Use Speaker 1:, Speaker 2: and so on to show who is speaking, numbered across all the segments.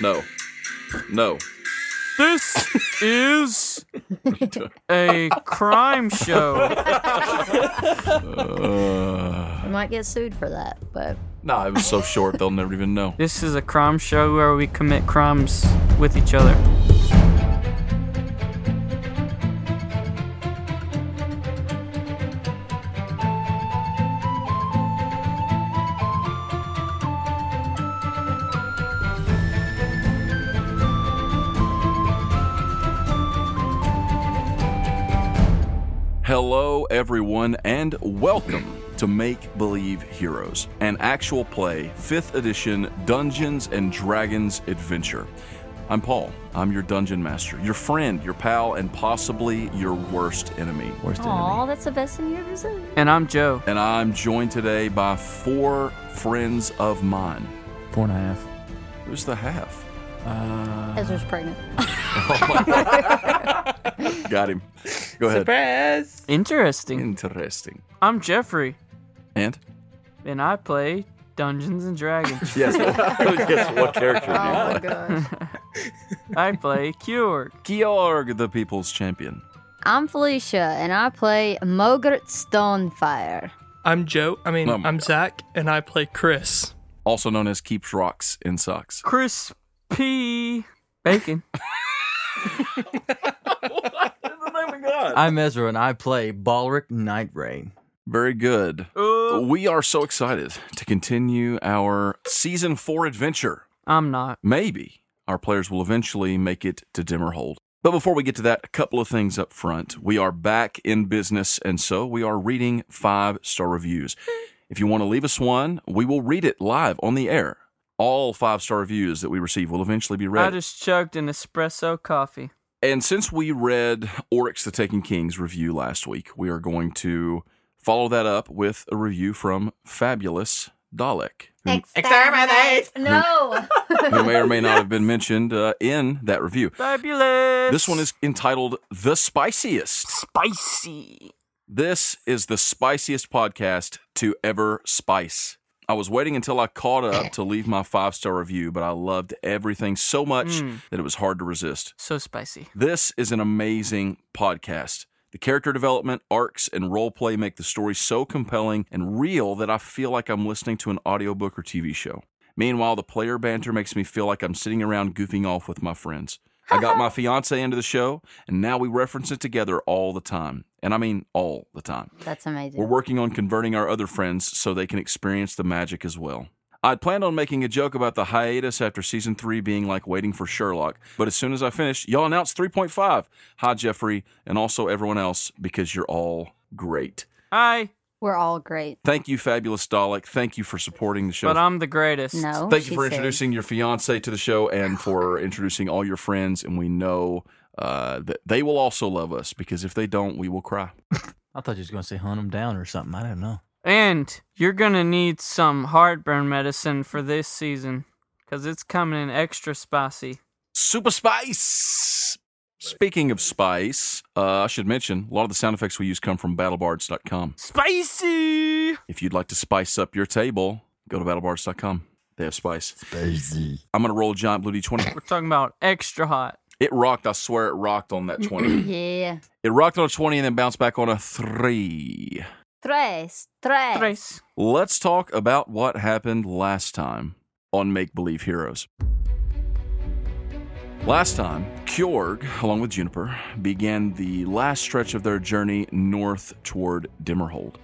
Speaker 1: No. No.
Speaker 2: This is a crime show.
Speaker 1: Uh,
Speaker 3: I might get sued for that, but
Speaker 1: nah, it was so short they'll never even know.
Speaker 2: This is a crime show where we commit crimes with each other.
Speaker 1: Hello, everyone, and welcome to Make Believe Heroes, an actual play 5th edition Dungeons and Dragons adventure. I'm Paul. I'm your dungeon master, your friend, your pal, and possibly your worst enemy.
Speaker 4: Worst
Speaker 3: oh, that's the best thing you ever said.
Speaker 2: And I'm Joe.
Speaker 1: And I'm joined today by four friends of mine.
Speaker 4: enemy. Four and a half.
Speaker 1: Who's the half?
Speaker 3: Ezra's pregnant.
Speaker 1: Got him. Go ahead.
Speaker 5: Surprise!
Speaker 2: Interesting.
Speaker 1: Interesting.
Speaker 2: I'm Jeffrey,
Speaker 1: And?
Speaker 2: and I play Dungeons and Dragons.
Speaker 1: Yes. yes what character do you play?
Speaker 3: Oh gosh.
Speaker 2: I play Kjorg.
Speaker 1: Georg, the people's champion.
Speaker 3: I'm Felicia, and I play Mogert Stonefire.
Speaker 5: I'm Joe. I mean,
Speaker 1: Oh my
Speaker 5: I'm
Speaker 1: God.
Speaker 5: Zach, and I play Chris.
Speaker 1: also known as keeps rocks in socks.
Speaker 2: Crispy Bacon.
Speaker 4: I'm Ezra and I play Balric Night Rain.
Speaker 1: Very good.
Speaker 2: Uh,
Speaker 1: We are so excited to continue our season four adventure.
Speaker 2: I'm not.
Speaker 1: Maybe our players will eventually make it to Dimmerhold. But before we get to that, a couple of things up front. We are back in business, and so we are reading five star reviews. If you want to leave us one, we will read it live on the air. All five star reviews that we receive will eventually be read.
Speaker 2: I just chugged an espresso coffee.
Speaker 1: And since we read Oryx the Taken King's review last week, we are going to follow that up with a review from Fabulous Dalek, who,
Speaker 3: Exterminate! No!
Speaker 1: who may or may not have been mentioned uh, in that review.
Speaker 2: Fabulous.
Speaker 1: This one is entitled The Spiciest.
Speaker 2: spicy.
Speaker 1: This is the spiciest podcast to ever spice. I was waiting until I caught up to leave my five star review, but I loved everything so much that it was hard to resist.
Speaker 2: So spicy.
Speaker 1: This is an amazing podcast. The character development, arcs, and roleplay make the story so compelling and real that I feel like I'm listening to an audiobook or TV show. Meanwhile, the player banter makes me feel like I'm sitting around goofing off with my friends. I got my fiance into the show, and now we reference it together all the time. And I mean all the time.
Speaker 3: That's amazing.
Speaker 1: We're working on converting our other friends so they can experience the magic as well. I'd planned on making a joke about the hiatus after season three being like waiting for Sherlock, but as soon as I finished, y'all announced 3.5. Hi, Jeffrey, and also everyone else, because you're all great.
Speaker 2: I,
Speaker 3: We're all great.
Speaker 1: Thank you, Fabulous Dalek. Thank you for supporting the show.
Speaker 2: but I'm the greatest.
Speaker 3: No.
Speaker 1: Thank
Speaker 3: uh, she
Speaker 1: you for
Speaker 3: said.
Speaker 1: introducing your fiance to the show and for introducing all your friends. And we know uh, that they will also love us because if they don't, we will cry.
Speaker 4: I thought you was gonna say hunt him down or something. I don't know.
Speaker 2: And you're gonna need some heartburn medicine for this season, cause it's coming in extra spicy.
Speaker 1: Super Spice. Speaking of spice, uh, I should mention a lot of the sound effects we use come from battlebards.com.
Speaker 2: Spicy.
Speaker 1: If you'd like to spice up your table, go to battlebards.com. They have spice.
Speaker 4: Spicy.
Speaker 1: I'm going to roll a giant blue d20.
Speaker 2: We're talking about extra hot.
Speaker 1: It rocked. I swear it rocked on that 20.
Speaker 3: Yeah.
Speaker 1: it rocked on a 20 and then bounced back on a 3.
Speaker 3: Tres, tres.
Speaker 2: Trace.
Speaker 1: Let's talk about what happened last time on Make Believe Heroes. Last time, Kjorg, along with Juniper, began the last stretch of their journey north toward Dimmerhold.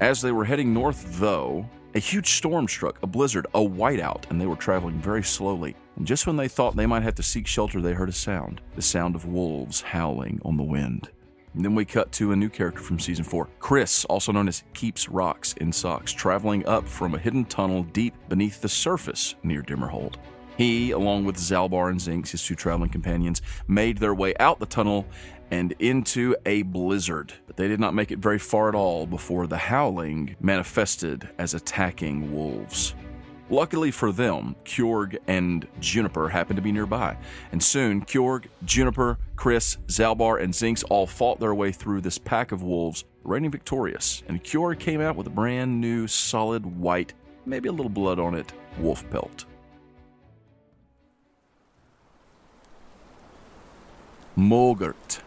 Speaker 1: As they were heading north, though, a huge storm struck, a blizzard, a whiteout, and they were traveling very slowly. And just when they thought they might have to seek shelter, they heard a sound the sound of wolves howling on the wind. And then we cut to a new character from season four, Chris, also known as Keeps Rocks in Socks, traveling up from a hidden tunnel deep beneath the surface near Dimmerhold. He, along with Zalbar and Zinx, his two traveling companions, made their way out the tunnel and into a blizzard. But they did not make it very far at all before the howling manifested as attacking wolves. Luckily for them, Kjorg and Juniper happened to be nearby, and soon Kjorg, Juniper, Chris, Zalbar, and Zinx all fought their way through this pack of wolves, reigning victorious, and Kjorg came out with a brand new, solid white, maybe a little blood on it, wolf pelt. Mogert.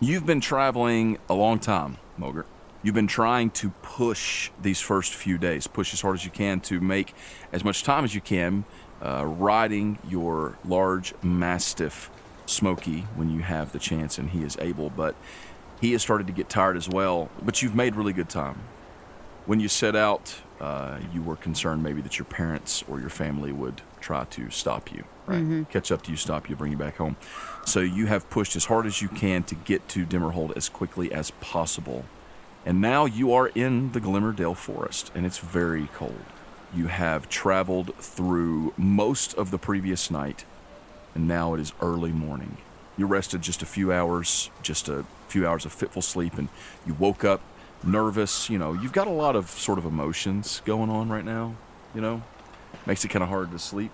Speaker 1: You've been traveling a long time, Mogert. You've been trying to push these first few days, push as hard as you can to make as much time as you can uh, riding your large Mastiff Smoky when you have the chance and he is able. But he has started to get tired as well, but you've made really good time. When you set out, uh, you were concerned maybe that your parents or your family would try to stop you, right? Catch up to you, stop you, bring you back home. So you have pushed as hard as you can to get to Dimmerhold as quickly as possible. And now you are in the Glimmerdale Forest, and it's very cold. You have traveled through most of the previous night, and now it is early morning. You rested just a few hours, just a few hours of fitful sleep, and you woke up nervous. You know, you've got a lot of sort of emotions going on right now, you know? Makes it kind of hard to sleep.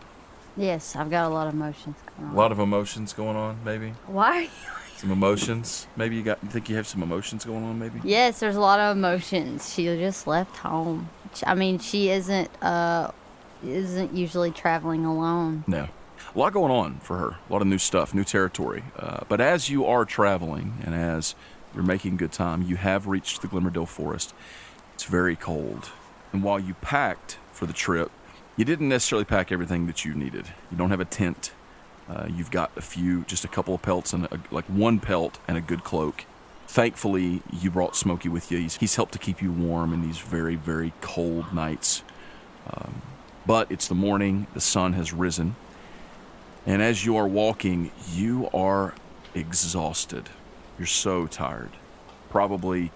Speaker 3: Yes, I've got a lot of emotions going
Speaker 1: A
Speaker 3: on.
Speaker 1: lot of emotions going on, maybe.
Speaker 3: Why are you?
Speaker 1: Some emotions. Maybe you got, you think you have some emotions going on, maybe?
Speaker 3: Yes, there's a lot of emotions. She just left home. Sh- I mean, she isn't uh isn't usually traveling alone.
Speaker 1: No. A lot going on for her, a lot of new stuff, new territory. Uh, but as you are traveling and as you're making good time, you have reached the Glimmerdale Forest. It's very cold. And while you packed for the trip, you didn't necessarily pack everything that you needed. You don't have a tent. Uh, you've got a few, just a couple of pelts and a, like one pelt and a good cloak. Thankfully, you brought Smokey with you. He's, he's helped to keep you warm in these very, very cold nights. But it's the morning, the sun has risen, and as you are walking, you are exhausted. You're so tired. Probably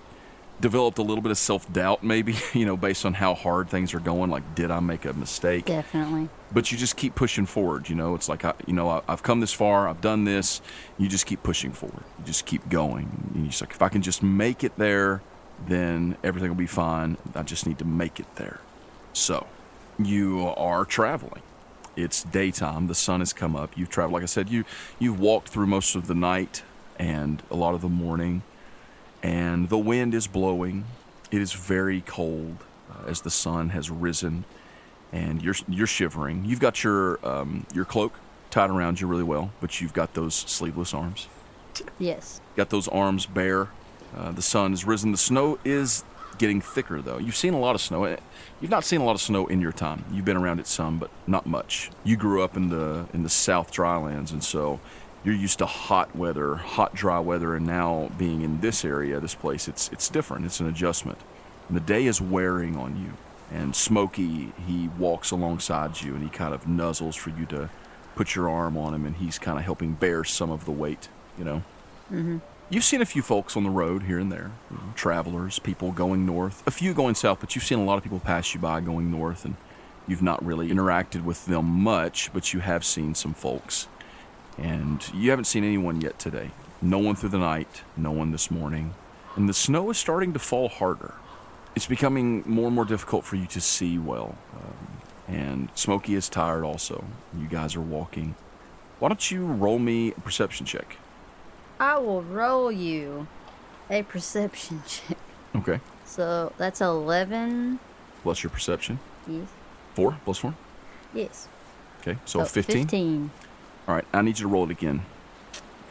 Speaker 1: developed a little bit of self doubt, maybe, you know, based on how hard things are going. Like, did I make a mistake?
Speaker 3: Definitely.
Speaker 1: But you just keep pushing forward, you know? It's like, I, you know, I, I've come this far, I've done this. You just keep pushing forward. You just keep going. And you're just like, if I can just make it there, then everything will be fine. I just need to make it there. So, you are traveling. It's daytime. The sun has come up. You've traveled, like I said, you you've walked through most of the night and a lot of the morning, and the wind is blowing. It is very cold uh, as the sun has risen, and you're you're shivering. You've got your um, your cloak tied around you really well, but you've got those sleeveless arms
Speaker 3: Yes.
Speaker 1: got those arms bare. Uh, the sun has risen. The snow is getting thicker, though. You've seen a lot of snow. Eh, You've not seen a lot of snow in your time. You've been around it some, but not much. You grew up in the in the South Drylands, and so you're used to hot weather, hot dry weather, and now being in this area, this place, it's it's different. It's an adjustment. And the day is wearing on you. And Smokey, he walks alongside you, and he kind of nuzzles for you to put your arm on him, and he's kind of helping bear some of the weight, you know. You've seen a few folks on the road here and there, you know, travelers, people going north, a few going south, but you've seen a lot of people pass you by going north, and you've not really interacted with them much, but you have seen some folks. And you haven't seen anyone yet today. No one through the night, no one this morning. And the snow is starting to fall harder. It's becoming more and more difficult for you to see well. Um, and Smokey is tired also. You guys are walking. Why don't you roll me a perception check?
Speaker 3: I will roll you a perception check.
Speaker 1: Okay.
Speaker 3: So that's eleven.
Speaker 1: Plus your perception.
Speaker 3: Yes.
Speaker 1: Four plus four.
Speaker 3: Yes.
Speaker 1: Okay, so
Speaker 3: Oh,
Speaker 1: 15.
Speaker 3: Fifteen.
Speaker 1: All right, I need you to roll it again.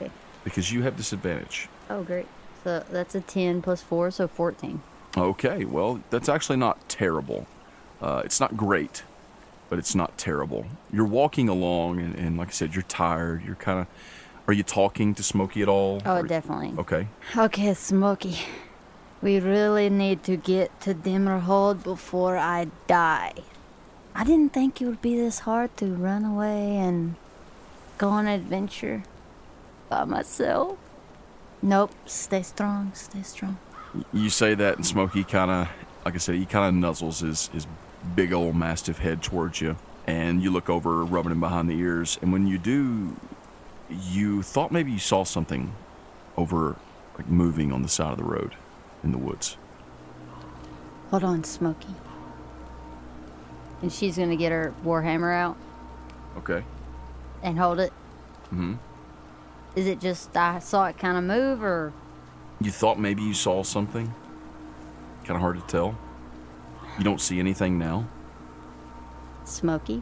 Speaker 3: Okay.
Speaker 1: Because you have disadvantage.
Speaker 3: Oh, great. So that's a ten plus four, so fourteen.
Speaker 1: Okay, well, that's actually not terrible. Uh, it's not great, but it's not terrible. You're walking along, and, and like I said, you're tired. You're kind of. Are you talking to Smokey at all?
Speaker 3: Oh,
Speaker 1: Are-
Speaker 3: definitely.
Speaker 1: Okay.
Speaker 3: Okay, Smokey. We really need to get to Dimmerhold before I die. I didn't think it would be this hard to run away and go on an adventure by myself. Nope, stay strong, stay strong.
Speaker 1: You say that, and Smokey kind of, like I said, he kind of nuzzles his, his big old mastiff head towards you. And you look over, rubbing him behind the ears. And when you do, you thought maybe you saw something over, like moving on the side of the road in the woods.
Speaker 3: Hold on, Smokey. And she's gonna get her warhammer out
Speaker 1: Okay.
Speaker 3: and hold it.
Speaker 1: Mhm.
Speaker 3: Is it just I saw it kind of move, or
Speaker 1: You thought maybe you saw something. Kind of hard to tell. You don't see anything now.
Speaker 3: Smokey,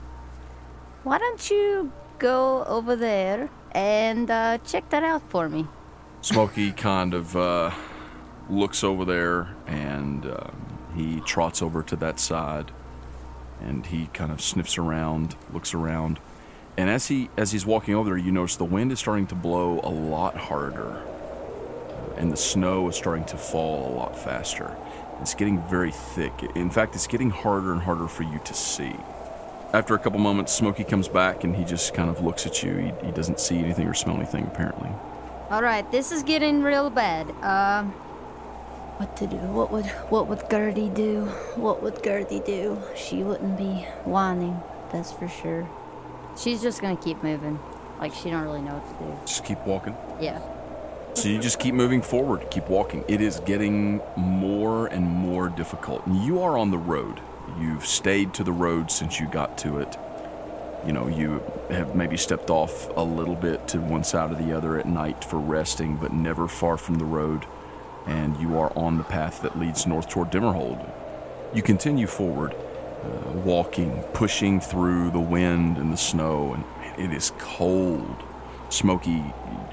Speaker 3: why don't you go over there and uh, check that out for me.
Speaker 1: Smokey kind of uh, looks over there and um, he trots over to that side and he kind of sniffs around, looks around. And as he as he's walking over there, you notice the wind is starting to blow a lot harder. uh, And the snow is starting to fall a lot faster. It's getting very thick. In fact, it's getting harder and harder for you to see. After a couple moments, Smokey comes back and he just kind of looks at you. He, he doesn't see anything or smell anything, apparently.
Speaker 3: All right, this is getting real bad. Um, what to do? What would what would Gertie do? What would Gertie do? She wouldn't be whining, that's for sure. She's just gonna keep moving, like she don't really know what
Speaker 1: Just keep walking.
Speaker 3: to do. Yeah.
Speaker 1: So you just keep moving forward, keep walking. It is getting more and more difficult. And you are on the road. You've stayed to the road since you got to it. You know, you have maybe stepped off a little bit to one side or the other at night for resting, but never far from the road. And you are on the path that leads north toward Dimmerhold. You continue forward, uh, walking, pushing through the wind and the snow, and it is cold. Smokey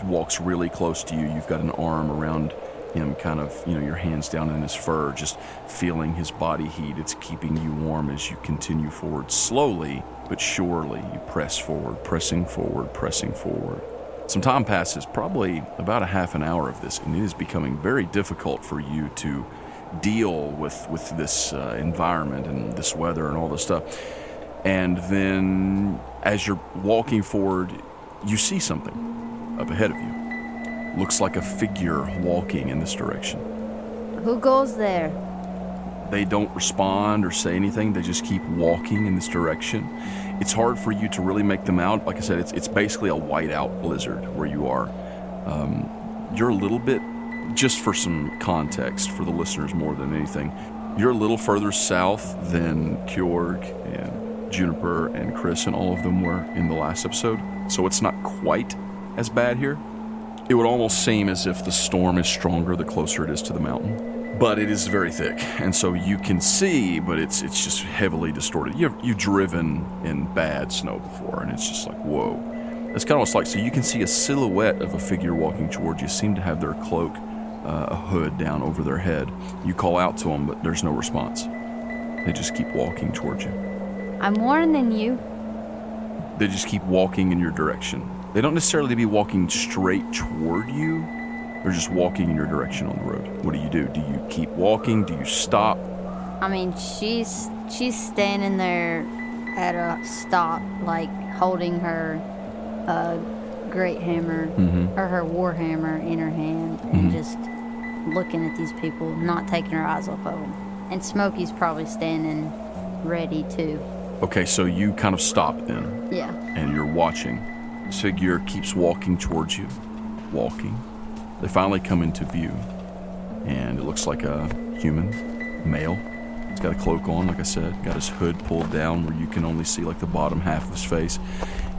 Speaker 1: walks really close to you. You've got an arm around him, kind of, you know, your hands down in his fur, just feeling his body heat. It's keeping you warm as you continue forward slowly but surely. You press forward, pressing forward, pressing forward. Some time passes, probably about a half an hour of this, and it is becoming very difficult for you to deal with with this uh, environment and this weather and all this stuff. And then, as you're walking forward, you see something up ahead of you. Looks like a figure walking in this direction.
Speaker 3: Who goes there?
Speaker 1: They don't respond or say anything. They just keep walking in this direction. It's hard for you to really make them out. Like I said, it's it's basically a whiteout blizzard where you are. Um, you're a little bit, just for some context for the listeners more than anything, you're a little further south than Kjorg and Juniper and Chris and all of them were in the last episode. So it's not quite as bad here. It would almost seem as if the storm is stronger the closer it is to the mountain. But it is very thick, and so you can see, but it's it's just heavily distorted. You've you've driven in bad snow before, and it's just like whoa. It's kind of what's like. So you can see a silhouette of a figure walking towards you. Seem to have their cloak, uh, a hood down over their head. You call out to them, but there's no response. They just keep walking towards you.
Speaker 3: I'm warning you.
Speaker 1: They just keep walking in your direction. They don't necessarily be walking straight toward you. They're just walking in your direction on the road. What do you do? Do you keep walking? Do you stop?
Speaker 3: I mean, she's she's standing there at a stop, like holding her uh, great hammer or her war hammer in her hand, and just looking at these people, not taking her eyes off of them. And Smokey's probably standing ready too.
Speaker 1: Okay, so you kind of stop then,
Speaker 3: Yeah.
Speaker 1: and you're watching. This figure keeps walking towards you, walking. They finally come into view, and it looks like a human, male. He's got a cloak on, like I said, got his hood pulled down where you can only see like the bottom half of his face.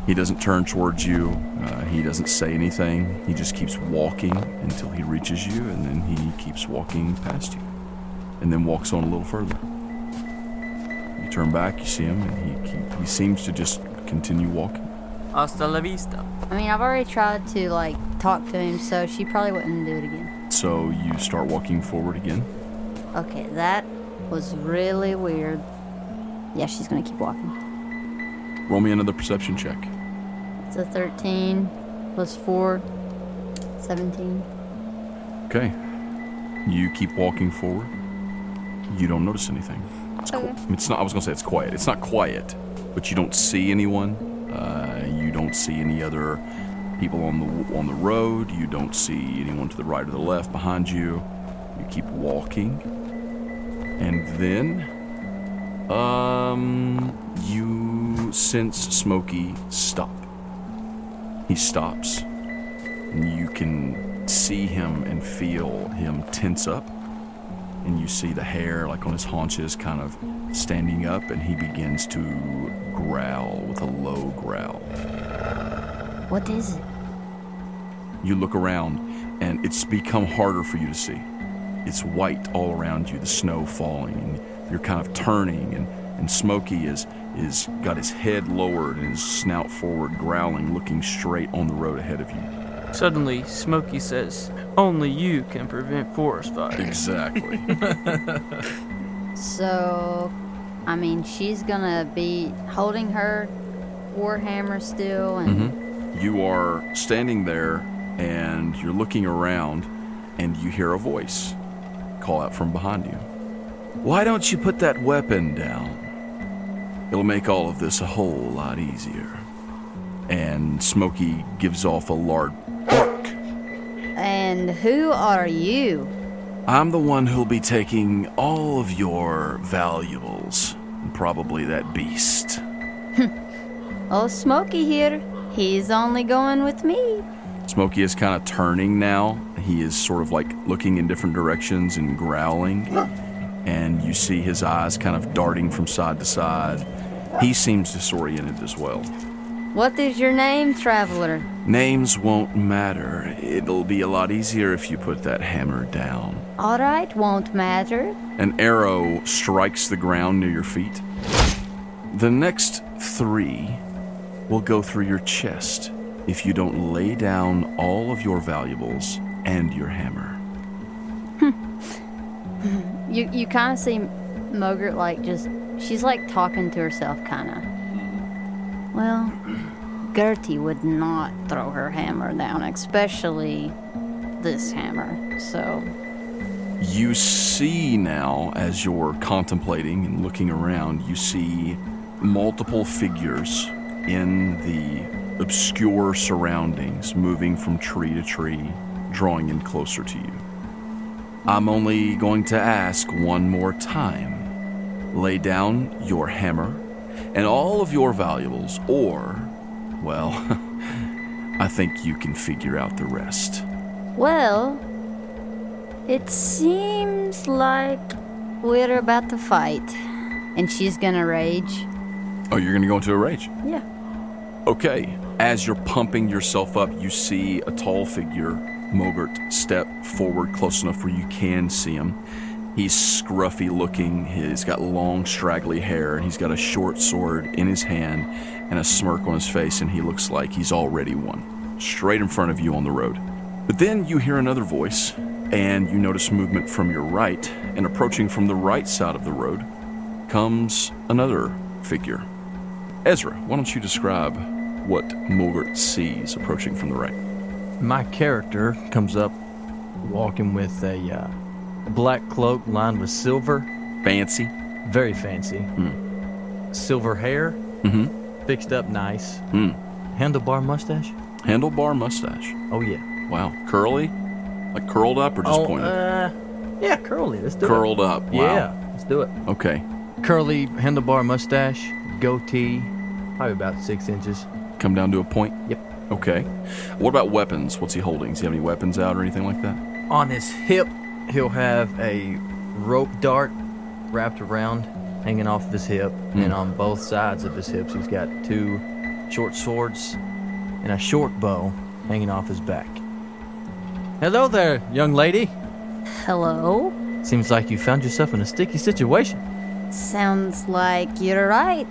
Speaker 1: He doesn't turn towards you, uh, he doesn't say anything. He just keeps walking until he reaches you, and then he keeps walking past you, and then walks on a little further. You turn back, you see him, and he, he, he seems to just continue walking.
Speaker 2: Hasta la vista.
Speaker 3: I mean, I've already tried to like talk to him, so she probably wouldn't do it again.
Speaker 1: So you start walking forward again.
Speaker 3: Okay, that was really weird. Yeah, she's gonna keep walking.
Speaker 1: Roll me another perception check.
Speaker 3: It's a 13 plus 4, 17.
Speaker 1: Okay. You keep walking forward. You don't notice anything. It's cool. It's not. I was gonna say it's quiet. It's not quiet, but you don't see anyone. Uh, you don't see any other people on the on the road. You don't see anyone to the right or the left behind you. You keep walking, and then, um, you sense Smokey stop. He stops. And you can see him and feel him tense up. And you see the hair, like on his haunches, kind of standing up, and he begins to growl with a low growl.
Speaker 3: What is it?
Speaker 1: You look around, and it's become harder for you to see. It's white all around you, the snow falling, and you're kind of turning, and, and Smokey is is got his head lowered and his snout forward, growling, looking straight on the road ahead of you.
Speaker 2: Suddenly, Smokey says, Only you can prevent forest fires.
Speaker 1: Exactly.
Speaker 3: So, I mean, she's gonna be holding her warhammer still, and
Speaker 1: you are standing there and you're looking around and you hear a voice call out from behind you. Why don't you put that weapon down? It'll make all of this a whole lot easier. And Smokey gives off a large bark.
Speaker 3: and who are you?
Speaker 1: I'm the one who'll be taking all of your valuables, and probably that beast.
Speaker 3: Oh, Smokey here. He's only going with me.
Speaker 1: Smokey is kind of turning now. He is sort of like looking in different directions and growling. And you see his eyes kind of darting from side to side. He seems disoriented as well.
Speaker 3: What is your name, traveler?
Speaker 1: Names won't matter. It'll be a lot easier if you put that hammer down.
Speaker 3: All right, won't matter.
Speaker 1: An arrow strikes the ground near your feet. The next three will go through your chest if you don't lay down all of your valuables and your hammer.
Speaker 3: You you kind of see Mogert like just she's like talking to herself, kind of. Well, Gertie would not throw her hammer down, especially this hammer. So
Speaker 1: You see now, as you're contemplating and looking around, you see multiple figures in the obscure surroundings, moving from tree to tree, drawing in closer to you. I'm only going to ask one more time lay down your hammer and all of your valuables, or, well, I think you can figure out the rest.
Speaker 3: well, it seems like we're about to fight, and she's gonna rage.
Speaker 1: Oh, you're going to go into a rage?
Speaker 3: Yeah.
Speaker 1: Okay, as you're pumping yourself up, you see a tall figure, Mogert, step forward close enough where you can see him. He's scruffy looking, he's got long, straggly hair, and he's got a short sword in his hand and a smirk on his face, and he looks like he's already won. Straight in front of you on the road. But then you hear another voice, and you notice movement from your right, and approaching from the right side of the road comes another figure. Ezra, why don't you describe what Mulgert sees approaching from the right?
Speaker 4: My character comes up walking with a uh, black cloak lined with silver,
Speaker 1: Fancy.
Speaker 4: very fancy. Silver hair, fixed up nice. Handlebar mustache?
Speaker 1: Handlebar mustache.
Speaker 4: Oh, yeah.
Speaker 1: Wow. Curly? Like curled up or just
Speaker 4: oh,
Speaker 1: pointed?
Speaker 4: uh, yeah, curly. Let's do
Speaker 1: curled
Speaker 4: it.
Speaker 1: up. Wow.
Speaker 4: Yeah, let's do it.
Speaker 1: Okay.
Speaker 4: Curly handlebar mustache, goatee, probably about six inches.
Speaker 1: Come down to a point.
Speaker 4: Yep.
Speaker 1: Okay. What about weapons? What's he holding? Does he have any weapons out or anything like that?
Speaker 4: On his hip, he'll have a rope dart wrapped around, hanging off of his hip. And on both sides of his hips, he's got two short swords and a short bow hanging off his back. Hello there, young lady.
Speaker 3: Hello.
Speaker 4: Seems like you found yourself in a sticky situation.
Speaker 3: Sounds like you're right.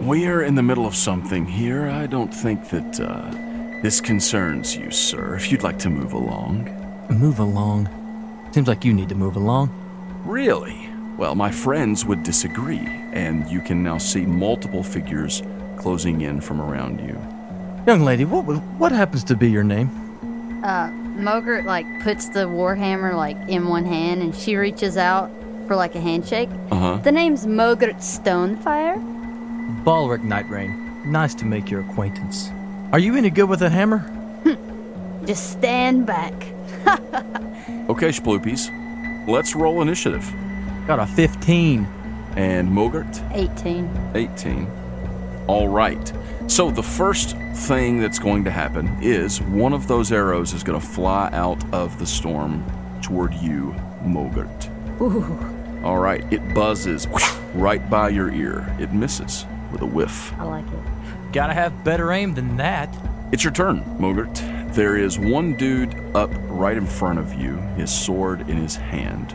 Speaker 1: We're in the middle of something here. I don't think that uh, this concerns you, sir. If you'd like to move along.
Speaker 4: Move along. Seems like you need to move along.
Speaker 1: Really? Well, my friends would disagree, and you can now see multiple figures closing in from around you.
Speaker 4: Young lady, what what happens to be your name?
Speaker 3: Uh, Mogert like puts the warhammer like in one hand, and she reaches out for like a handshake.
Speaker 1: Uh huh.
Speaker 3: The name's Mogert Stonefire.
Speaker 4: Balric Nightrain. Nice to make your acquaintance. Are you any good with a hammer?
Speaker 3: Just stand back.
Speaker 1: Okay, Sploopies, let's roll initiative.
Speaker 4: Got a 15.
Speaker 1: And Mogart,
Speaker 3: 18.
Speaker 1: 18. All right. So the first thing that's going to happen is one of those arrows is going to fly out of the storm toward you, Mogart. Ooh. All right. It buzzes right by your ear. It misses with a whiff.
Speaker 3: I like it.
Speaker 4: Gotta have better aim than that.
Speaker 1: It's your turn, Mogert. There is one dude up right in front of you, his sword in his hand.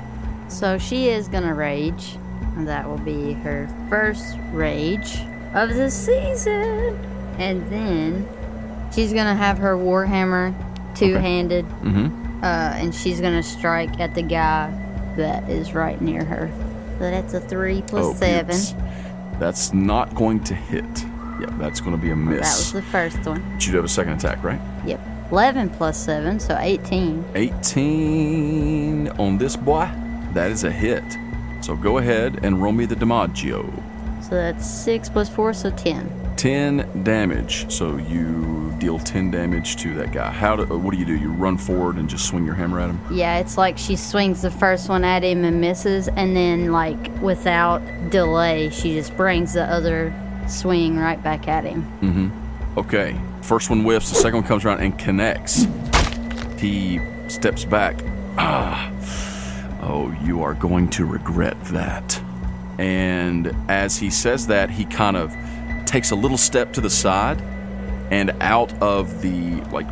Speaker 3: So she is gonna rage, and that will be her first rage. of the season. And then she's gonna have her warhammer two-handed,
Speaker 1: Mm-hmm.
Speaker 3: uh, and she's gonna strike at the guy that is right near her. So that's a three plus
Speaker 1: Oh,
Speaker 3: seven.
Speaker 1: oops. That's not going to hit. Yeah, that's going to be a miss.
Speaker 3: That was the first one.
Speaker 1: But you do have a second attack, right?
Speaker 3: Yep. Eleven plus seven, so eighteen.
Speaker 1: 18 on this boy. That is a hit. So go ahead and roll me the Dimaggio.
Speaker 3: So that's six plus four, so ten.
Speaker 1: 10 damage. So you deal 10 damage to that guy. How do, what do you do? You run forward and just swing your hammer at him?
Speaker 3: Yeah, it's like she swings the first one at him and misses, and then like without delay, she just brings the other swing right back at him.
Speaker 1: Okay. First one whiffs, the second one comes around and connects. He steps back. Ah. Oh, you are going to regret that. And as he says that, he kind of takes a little step to the side and out of the like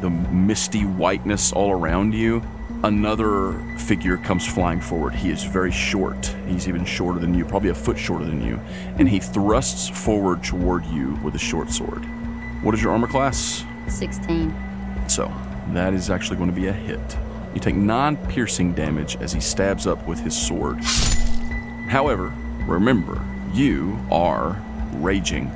Speaker 1: the misty whiteness all around you, another figure comes flying forward. He is very short. He's even shorter than you, probably a foot shorter than you, and he thrusts forward toward you with a short sword. What is your armor class?
Speaker 3: 16.
Speaker 1: So that is actually going to be a hit. You take nine piercing damage as he stabs up with his sword. However, remember, you are raging.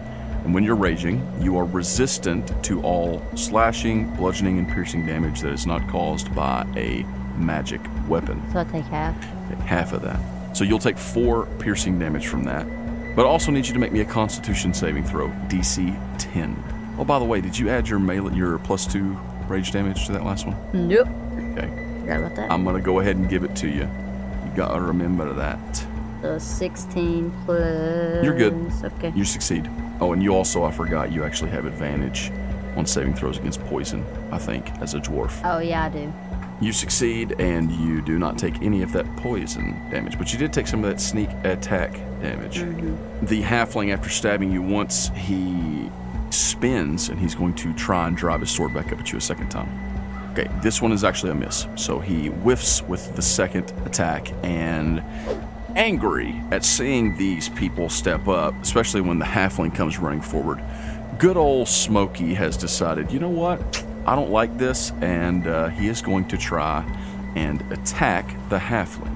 Speaker 1: And when you're raging, you are resistant to all slashing, bludgeoning, and piercing damage that is not caused by a magic weapon.
Speaker 3: So I take half.
Speaker 1: Take half of that. So you'll take four piercing damage from that. But I also need you to make me a Constitution saving throw, DC 10. Oh, by the way, did you add your melee, your plus two rage damage to that last one?
Speaker 3: Nope.
Speaker 1: Okay.
Speaker 3: Forgot about that.
Speaker 1: I'm gonna go ahead and give it to you. You gotta remember that.
Speaker 3: so 16 plus.
Speaker 1: You're good.
Speaker 3: Mm, Okay.
Speaker 1: You succeed. Oh, and you also, I forgot, you actually have advantage on saving throws against poison. I think as a dwarf.
Speaker 3: oh, yeah, I do.
Speaker 1: You succeed and you do not take any of that poison damage, but you did take some of that sneak attack damage. The halfling, after stabbing you once, he spins and he's going to try and drive his sword back up at you a second time. Okay, this one is actually a miss. So he whiffs with the second attack and angry at seeing these people step up, especially when the halfling comes running forward. Good old Smokey has decided, you know what? I don't like this, and uh, he is going to try and attack the halfling.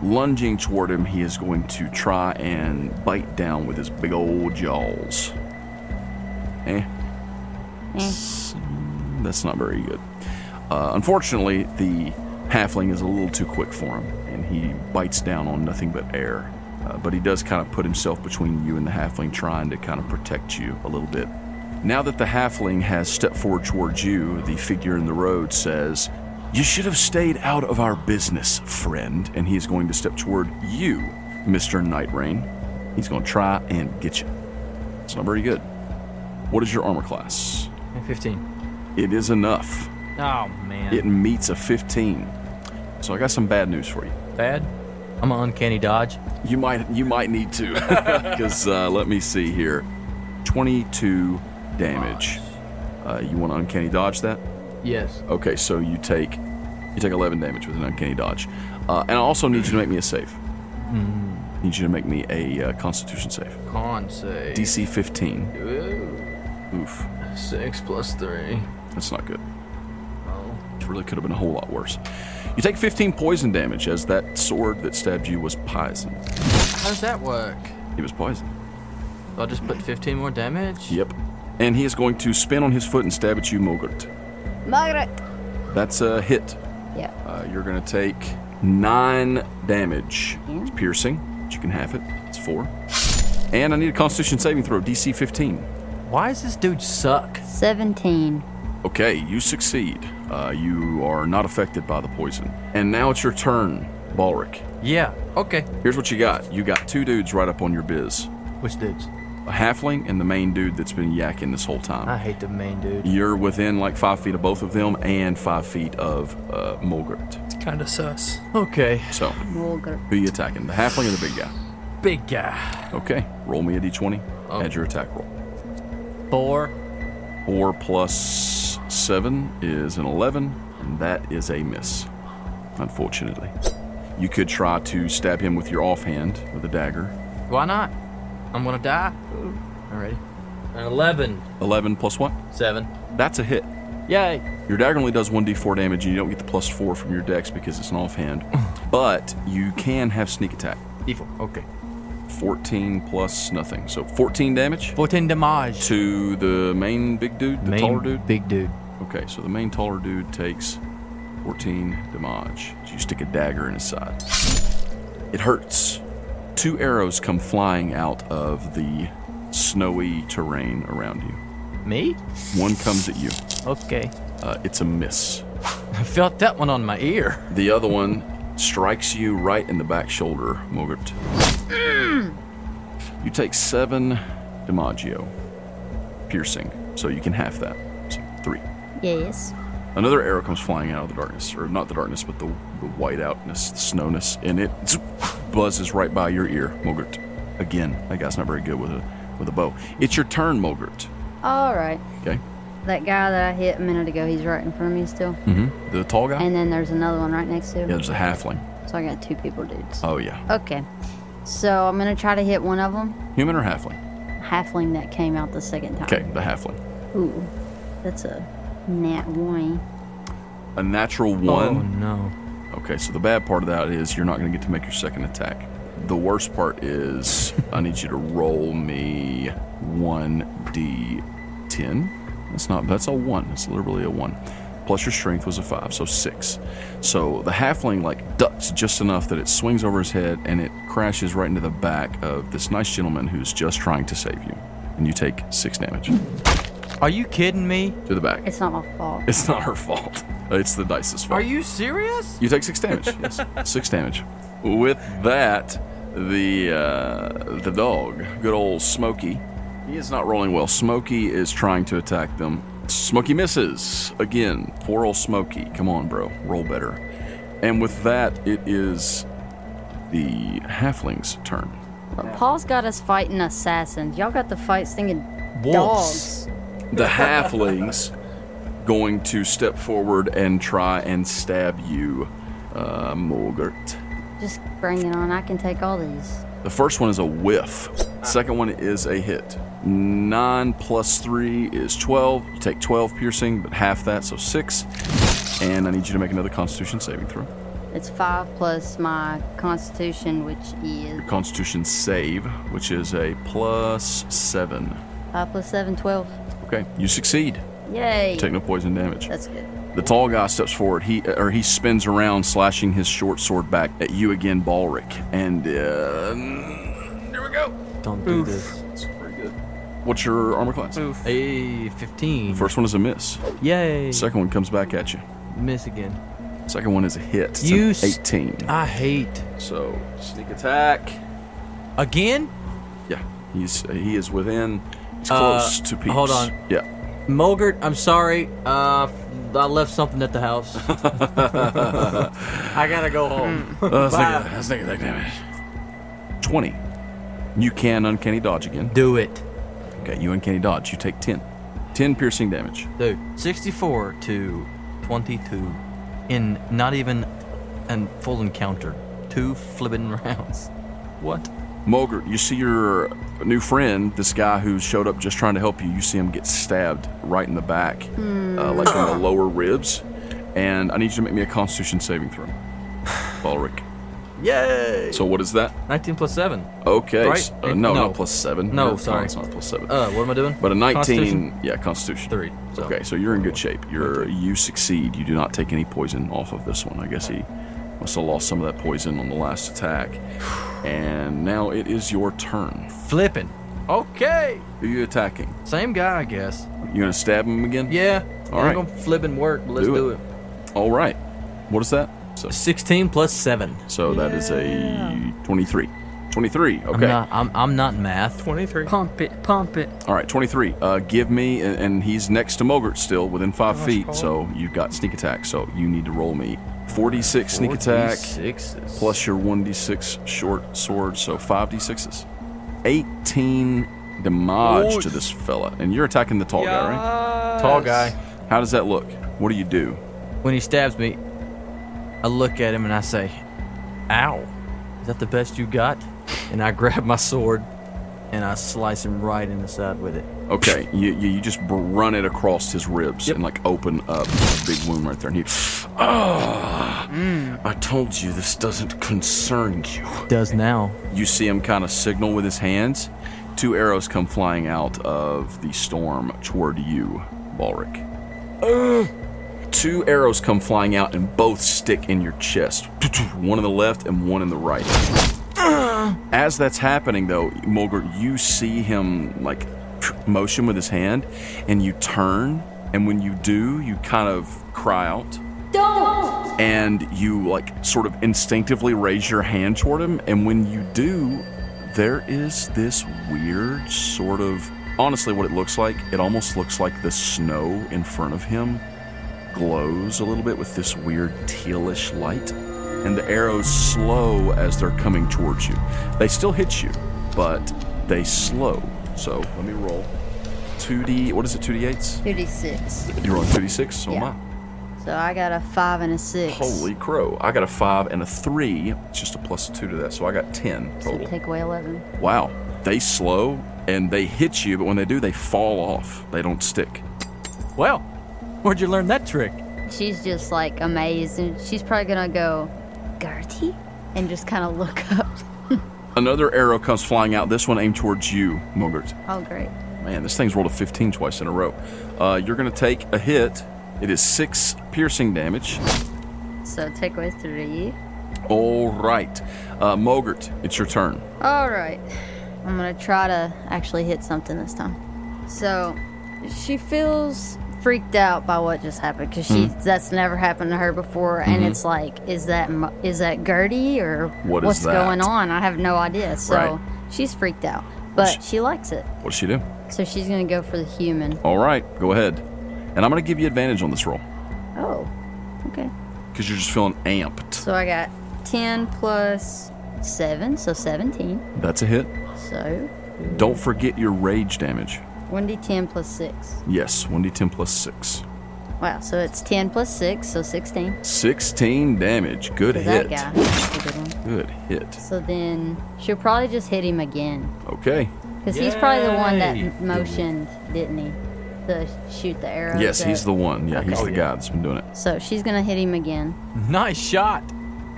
Speaker 1: Lunging toward him, he is going to try and bite down with his big old jaws. Eh. S- That's not very good. Uh, unfortunately, the halfling is a little too quick for him, and he bites down on nothing but air. Uh, but he does kind of put himself between you and the halfling, trying to kind of protect you a little bit. Now that the halfling has stepped forward towards you, the figure in the road says, You should have stayed out of our business, friend. And he is going to step toward you, Mr. Night Rain. He's going to try and get you. It's not very good. What is your armor class?
Speaker 4: 15.
Speaker 1: It is enough.
Speaker 4: Oh, man.
Speaker 1: It meets a 15. So I got some bad news for you.
Speaker 4: Bad? I'm an uncanny dodge.
Speaker 1: You might you might need to because uh, let me see here, 22 damage. Uh, you want to uncanny dodge that?
Speaker 4: Yes.
Speaker 1: Okay, so you take you take 11 damage with an uncanny dodge, uh, and I also need you to make me a save. Need you to make me a uh, Constitution save,
Speaker 4: Mm. Con save.
Speaker 1: DC 15.
Speaker 4: Ooh,
Speaker 1: Oof,
Speaker 4: 6 plus 3.
Speaker 1: that's not good.
Speaker 4: Oh.
Speaker 1: It really could have been a whole lot worse. You take 15 poison damage as that sword that stabbed you was poisoned.
Speaker 4: How does that work?
Speaker 1: It was poisoned.
Speaker 4: I'll just put 15 more damage?
Speaker 1: Yep. And he is going to spin on his foot and stab at you, Mogurt.
Speaker 3: Margaret!
Speaker 1: That's a hit.
Speaker 3: Yeah.
Speaker 1: Uh, you're going to take nine damage. It's piercing, but you can have it. It's four. And I need a Constitution saving throw, DC 15.
Speaker 4: Why does this dude suck?
Speaker 3: 17.
Speaker 1: Okay, you succeed. Uh, you are not affected by the poison. And now it's your turn, Balric.
Speaker 4: Yeah. Okay.
Speaker 1: Here's what you got. You got two dudes right up on your biz.
Speaker 4: Which dudes?
Speaker 1: A halfling and the main dude that's been yakking this whole time.
Speaker 4: I hate the main dude.
Speaker 1: You're within like five feet of both of them and five feet of uh, Mulgert.
Speaker 5: It's kind of sus.
Speaker 4: Okay.
Speaker 1: So,
Speaker 3: Mulgar.
Speaker 1: who you attacking? The halfling or the big guy?
Speaker 4: Big guy.
Speaker 1: Okay, roll me a d20.
Speaker 4: Oh.
Speaker 1: Add your attack roll.
Speaker 4: Four.
Speaker 1: Four plus seven is an 11, and that is a miss, unfortunately. You could try to stab him with your offhand with a dagger.
Speaker 4: Why not? I'm gonna die. Alrighty.
Speaker 6: An 11.
Speaker 1: 11 plus what?
Speaker 6: 7.
Speaker 1: That's a hit.
Speaker 4: Yay!
Speaker 1: Your dagger only does 1d4 damage, and you don't get the plus 4 from your dex because it's an offhand. But you can have sneak attack.
Speaker 4: D4. Okay.
Speaker 1: 14 plus nothing. So 14 damage
Speaker 4: 14 damage.
Speaker 1: to the main big dude, the
Speaker 4: Main
Speaker 1: taller dude.
Speaker 4: Big dude.
Speaker 1: Okay, so the main taller dude takes 14 damage. You stick a dagger in his side. It hurts. Two arrows come flying out of the snowy terrain around you.
Speaker 4: Me?
Speaker 1: One comes at you.
Speaker 4: Okay.
Speaker 1: Uh, it's a miss.
Speaker 4: I felt that one on my ear.
Speaker 1: The other one strikes you right in the back shoulder, Mogert. You take seven Dimaggio piercing, so you can half that. So three.
Speaker 3: Yes.
Speaker 1: Another arrow comes flying out of the darkness, or not the darkness, but the, the white outness, the snowness, and it zoop, buzzes right by your ear, Mogert. Again, that guy's not very good with a with a bow. It's your turn, Mogert.
Speaker 3: All right.
Speaker 1: Okay,
Speaker 3: That guy that I hit a minute ago, he's right in front of me still.
Speaker 1: Hmm. the tall guy.
Speaker 3: And then there's another one right next to him.
Speaker 1: yeah, there's a halfling.
Speaker 3: So I got two people, dudes.
Speaker 1: Oh yeah,
Speaker 3: Okay. So I'm gonna try to hit one of them.
Speaker 1: human or halfling?
Speaker 3: Halfling that came out the second time.
Speaker 1: Okay, the halfling.
Speaker 3: Ooh, that's a nat one.
Speaker 1: A natural one.
Speaker 4: Oh no.
Speaker 1: Okay, so the bad part of that is you're not going to get to make your second attack. The worst part is I need you to roll me 1d10. That's not, that's a 1. It's literally a 1. Plus your strength was a 5, so 6. So the halfling, like, ducks just enough that it swings over his head and it crashes right into the back of this nice gentleman who's just trying to save you. And you take 6 damage to
Speaker 4: Are you kidding me?
Speaker 1: the back.
Speaker 3: It's not my fault.
Speaker 1: It's not her fault, it's the dice's fault.
Speaker 4: Are you serious?
Speaker 1: You take six damage. Yes, six damage. With that, the uh, the dog, good old Smokey, he is not rolling well. Smokey is trying to attack them. Smokey misses again. Poor old Smokey. Come on, bro, roll better. And with that, it is the halfling's turn.
Speaker 3: But Paul's got us fighting assassins. Y'all got the fights thinking
Speaker 4: Wolves.
Speaker 3: dogs.
Speaker 1: The halflings going to step forward and try and stab you, uh, Mulgert.
Speaker 3: Just bring it on. I can take all these.
Speaker 1: The first one is a whiff. Second one is a hit. Nine plus three is twelve. You take twelve piercing, but half that, so six. And I need you to make another Constitution saving throw.
Speaker 3: It's five plus my constitution, which is
Speaker 1: Constitution save, which is a plus seven.
Speaker 3: five plus seven, twelve.
Speaker 1: Okay, you succeed.
Speaker 3: Yay.
Speaker 1: Take no poison damage.
Speaker 3: That's good.
Speaker 1: The tall guy steps forward. He or he spins around, slashing his short sword back at you again, Balric. And uh, here we go.
Speaker 4: Don't do
Speaker 2: Oof.
Speaker 4: this.
Speaker 1: That's pretty good. What's your armor class?
Speaker 2: Oof.
Speaker 4: A 15.
Speaker 1: First one is a miss.
Speaker 4: Yay.
Speaker 1: Second one comes back at you.
Speaker 4: Miss again.
Speaker 1: Second one is a hit. It's
Speaker 4: You
Speaker 1: an
Speaker 4: s-
Speaker 1: 18.
Speaker 4: I hate.
Speaker 1: so sneak attack.
Speaker 4: Again?
Speaker 1: Yeah, he's he is within. He's
Speaker 4: Uh,
Speaker 1: close to peaks.
Speaker 4: hold on.
Speaker 1: Yeah,
Speaker 4: Mogert, I'm sorry. Uh, f- I left something at the house. I gotta go home.
Speaker 1: uh, sneak,
Speaker 4: Bye.
Speaker 1: attack, sneak attack damage. Twenty. You can uncanny dodge again.
Speaker 4: Do it.
Speaker 1: Okay, you uncanny dodge. You take ten. Ten piercing damage.
Speaker 4: Dude, 64 to 22 in not even a full encounter. Two flippin' rounds. What?
Speaker 1: Mogert, you see your new friend, this guy who showed up just trying to help you. You see him get stabbed right in the back,
Speaker 4: Hmm.
Speaker 1: uh, like on the lower ribs. And I need you to make me a Constitution saving throw, Ulrich.
Speaker 4: Yay!
Speaker 1: So what is that?
Speaker 4: 19 plus 7.
Speaker 1: Okay.
Speaker 4: Right?
Speaker 1: s- uh,
Speaker 4: It-
Speaker 1: no,
Speaker 4: no.
Speaker 1: not plus seven.
Speaker 4: No,
Speaker 1: it's
Speaker 4: sorry.
Speaker 1: Not, it's not plus seven.
Speaker 4: Uh, what am I doing?
Speaker 1: but a 19,
Speaker 4: Constitution?
Speaker 1: yeah, Constitution.
Speaker 4: Three, so-
Speaker 1: Okay, so you're in good shape. You're you succeed. You do not take any poison off of this one. I guess he must have lost some of that poison on the last attack. And now it is your turn.
Speaker 4: Flippin'. Okay.
Speaker 1: Who are you attacking?
Speaker 4: Same guy, I guess.
Speaker 1: You gonna stab him again?
Speaker 4: Yeah.
Speaker 1: All right.
Speaker 4: I'm gonna flip and work. but Let's
Speaker 1: Do
Speaker 4: do,
Speaker 1: it.
Speaker 4: it.
Speaker 1: All right. What is that? So,
Speaker 4: 16 plus 7.
Speaker 1: so that is a 23. 23. Okay.
Speaker 4: I'm not, I'm, I'm not in math.
Speaker 5: 23.
Speaker 2: Pump it, pump it.
Speaker 1: All right, 23. Uh, give me, and, and he's next to Mogert still, within five feet. So you've got sneak attack. So you need to roll me 46 sneak attack
Speaker 4: 46s.
Speaker 1: plus your 1d6 short sword. So 5d6s. 18 damage to this fella, and you're attacking the tall guy, right?
Speaker 4: Tall guy.
Speaker 1: How does that look? What do you do?
Speaker 4: When he stabs me, I look at him and I say, Ow. Is that the best you got? And I grab my sword and I slice him right in the side with it.
Speaker 1: Okay, you, you, you just br- run it across his ribs and like open up a big wound right there. And he, ah, I told you this doesn't concern you.
Speaker 4: Does now.
Speaker 1: You see him kind of signal with his hands. Two arrows come flying out of the storm toward you, Balric. Uh, Two arrows come flying out and both stick in your chest. One in the left and one in the right. Uh. As that's happening, though, Mulgar, you see him like motion with his hand, and you turn. And when you do, you kind of cry out and you like sort of instinctively raise your hand toward him and when you do there is this weird sort of honestly what it looks like it almost looks like the snow in front of him glows a little bit with this weird tealish light and the arrows slow as they're coming towards you they still hit you but they slow so let me roll 2d what is it 2d8s
Speaker 3: 36.
Speaker 1: you're on 2d6 so am
Speaker 3: Yeah.
Speaker 1: i
Speaker 3: So I got a five and a six.
Speaker 1: Holy crow. I got a five and a three. It's just a plus two to that. So I got 10
Speaker 3: So
Speaker 1: total.
Speaker 3: take away 11.
Speaker 1: wow. They slow and they hit you, but when they do, they fall off. They don't stick.
Speaker 4: Well, where'd you learn that trick?
Speaker 3: She's just like amazed and she's probably gonna go, Gertie? And just kind of look up.
Speaker 1: Another arrow comes flying out. This one aimed towards you, Mugert.
Speaker 3: Oh, great.
Speaker 1: Man, this thing's rolled a 15 twice in a row. Uh, you're going to take a hit. It is six piercing damage.
Speaker 3: So take away three.
Speaker 1: All right. Uh, Mogert, it's your turn.
Speaker 3: All right. I'm going to try to actually hit something this time. So she feels freaked out by what just happened because she
Speaker 1: Mm-hmm.
Speaker 3: that's never happened to her before and it's like is that Mo- is that gertie or
Speaker 1: What is
Speaker 3: what's
Speaker 1: that?
Speaker 3: going on i have no idea so
Speaker 1: Right.
Speaker 3: she's freaked out but she likes it
Speaker 1: What does she do?
Speaker 3: so she's gonna go for the human
Speaker 1: All right. Go ahead. And I'm going to give you advantage on this roll
Speaker 3: oh okay
Speaker 1: because you're just feeling amped.
Speaker 3: So I got 10 plus 7, so 17.
Speaker 1: That's a hit.
Speaker 3: So
Speaker 1: Don't forget your rage damage.
Speaker 3: 1d10 plus 6.
Speaker 1: Yes, 1d10 plus 6.
Speaker 3: Wow, so it's 10 plus 6, so 16.
Speaker 1: 16 damage. Good
Speaker 3: For
Speaker 1: hit.
Speaker 3: that guy. That's a good one.
Speaker 1: Good hit.
Speaker 3: So then she'll probably just hit him again.
Speaker 1: Okay.
Speaker 3: Because he's probably the one that
Speaker 4: Yay.
Speaker 3: m- motioned, didn't he? To shoot the arrow.
Speaker 1: Yes, he's the one. Yeah, he's
Speaker 4: Okay.
Speaker 1: the guy that's been doing it.
Speaker 3: So she's going to hit him again.
Speaker 4: Nice shot.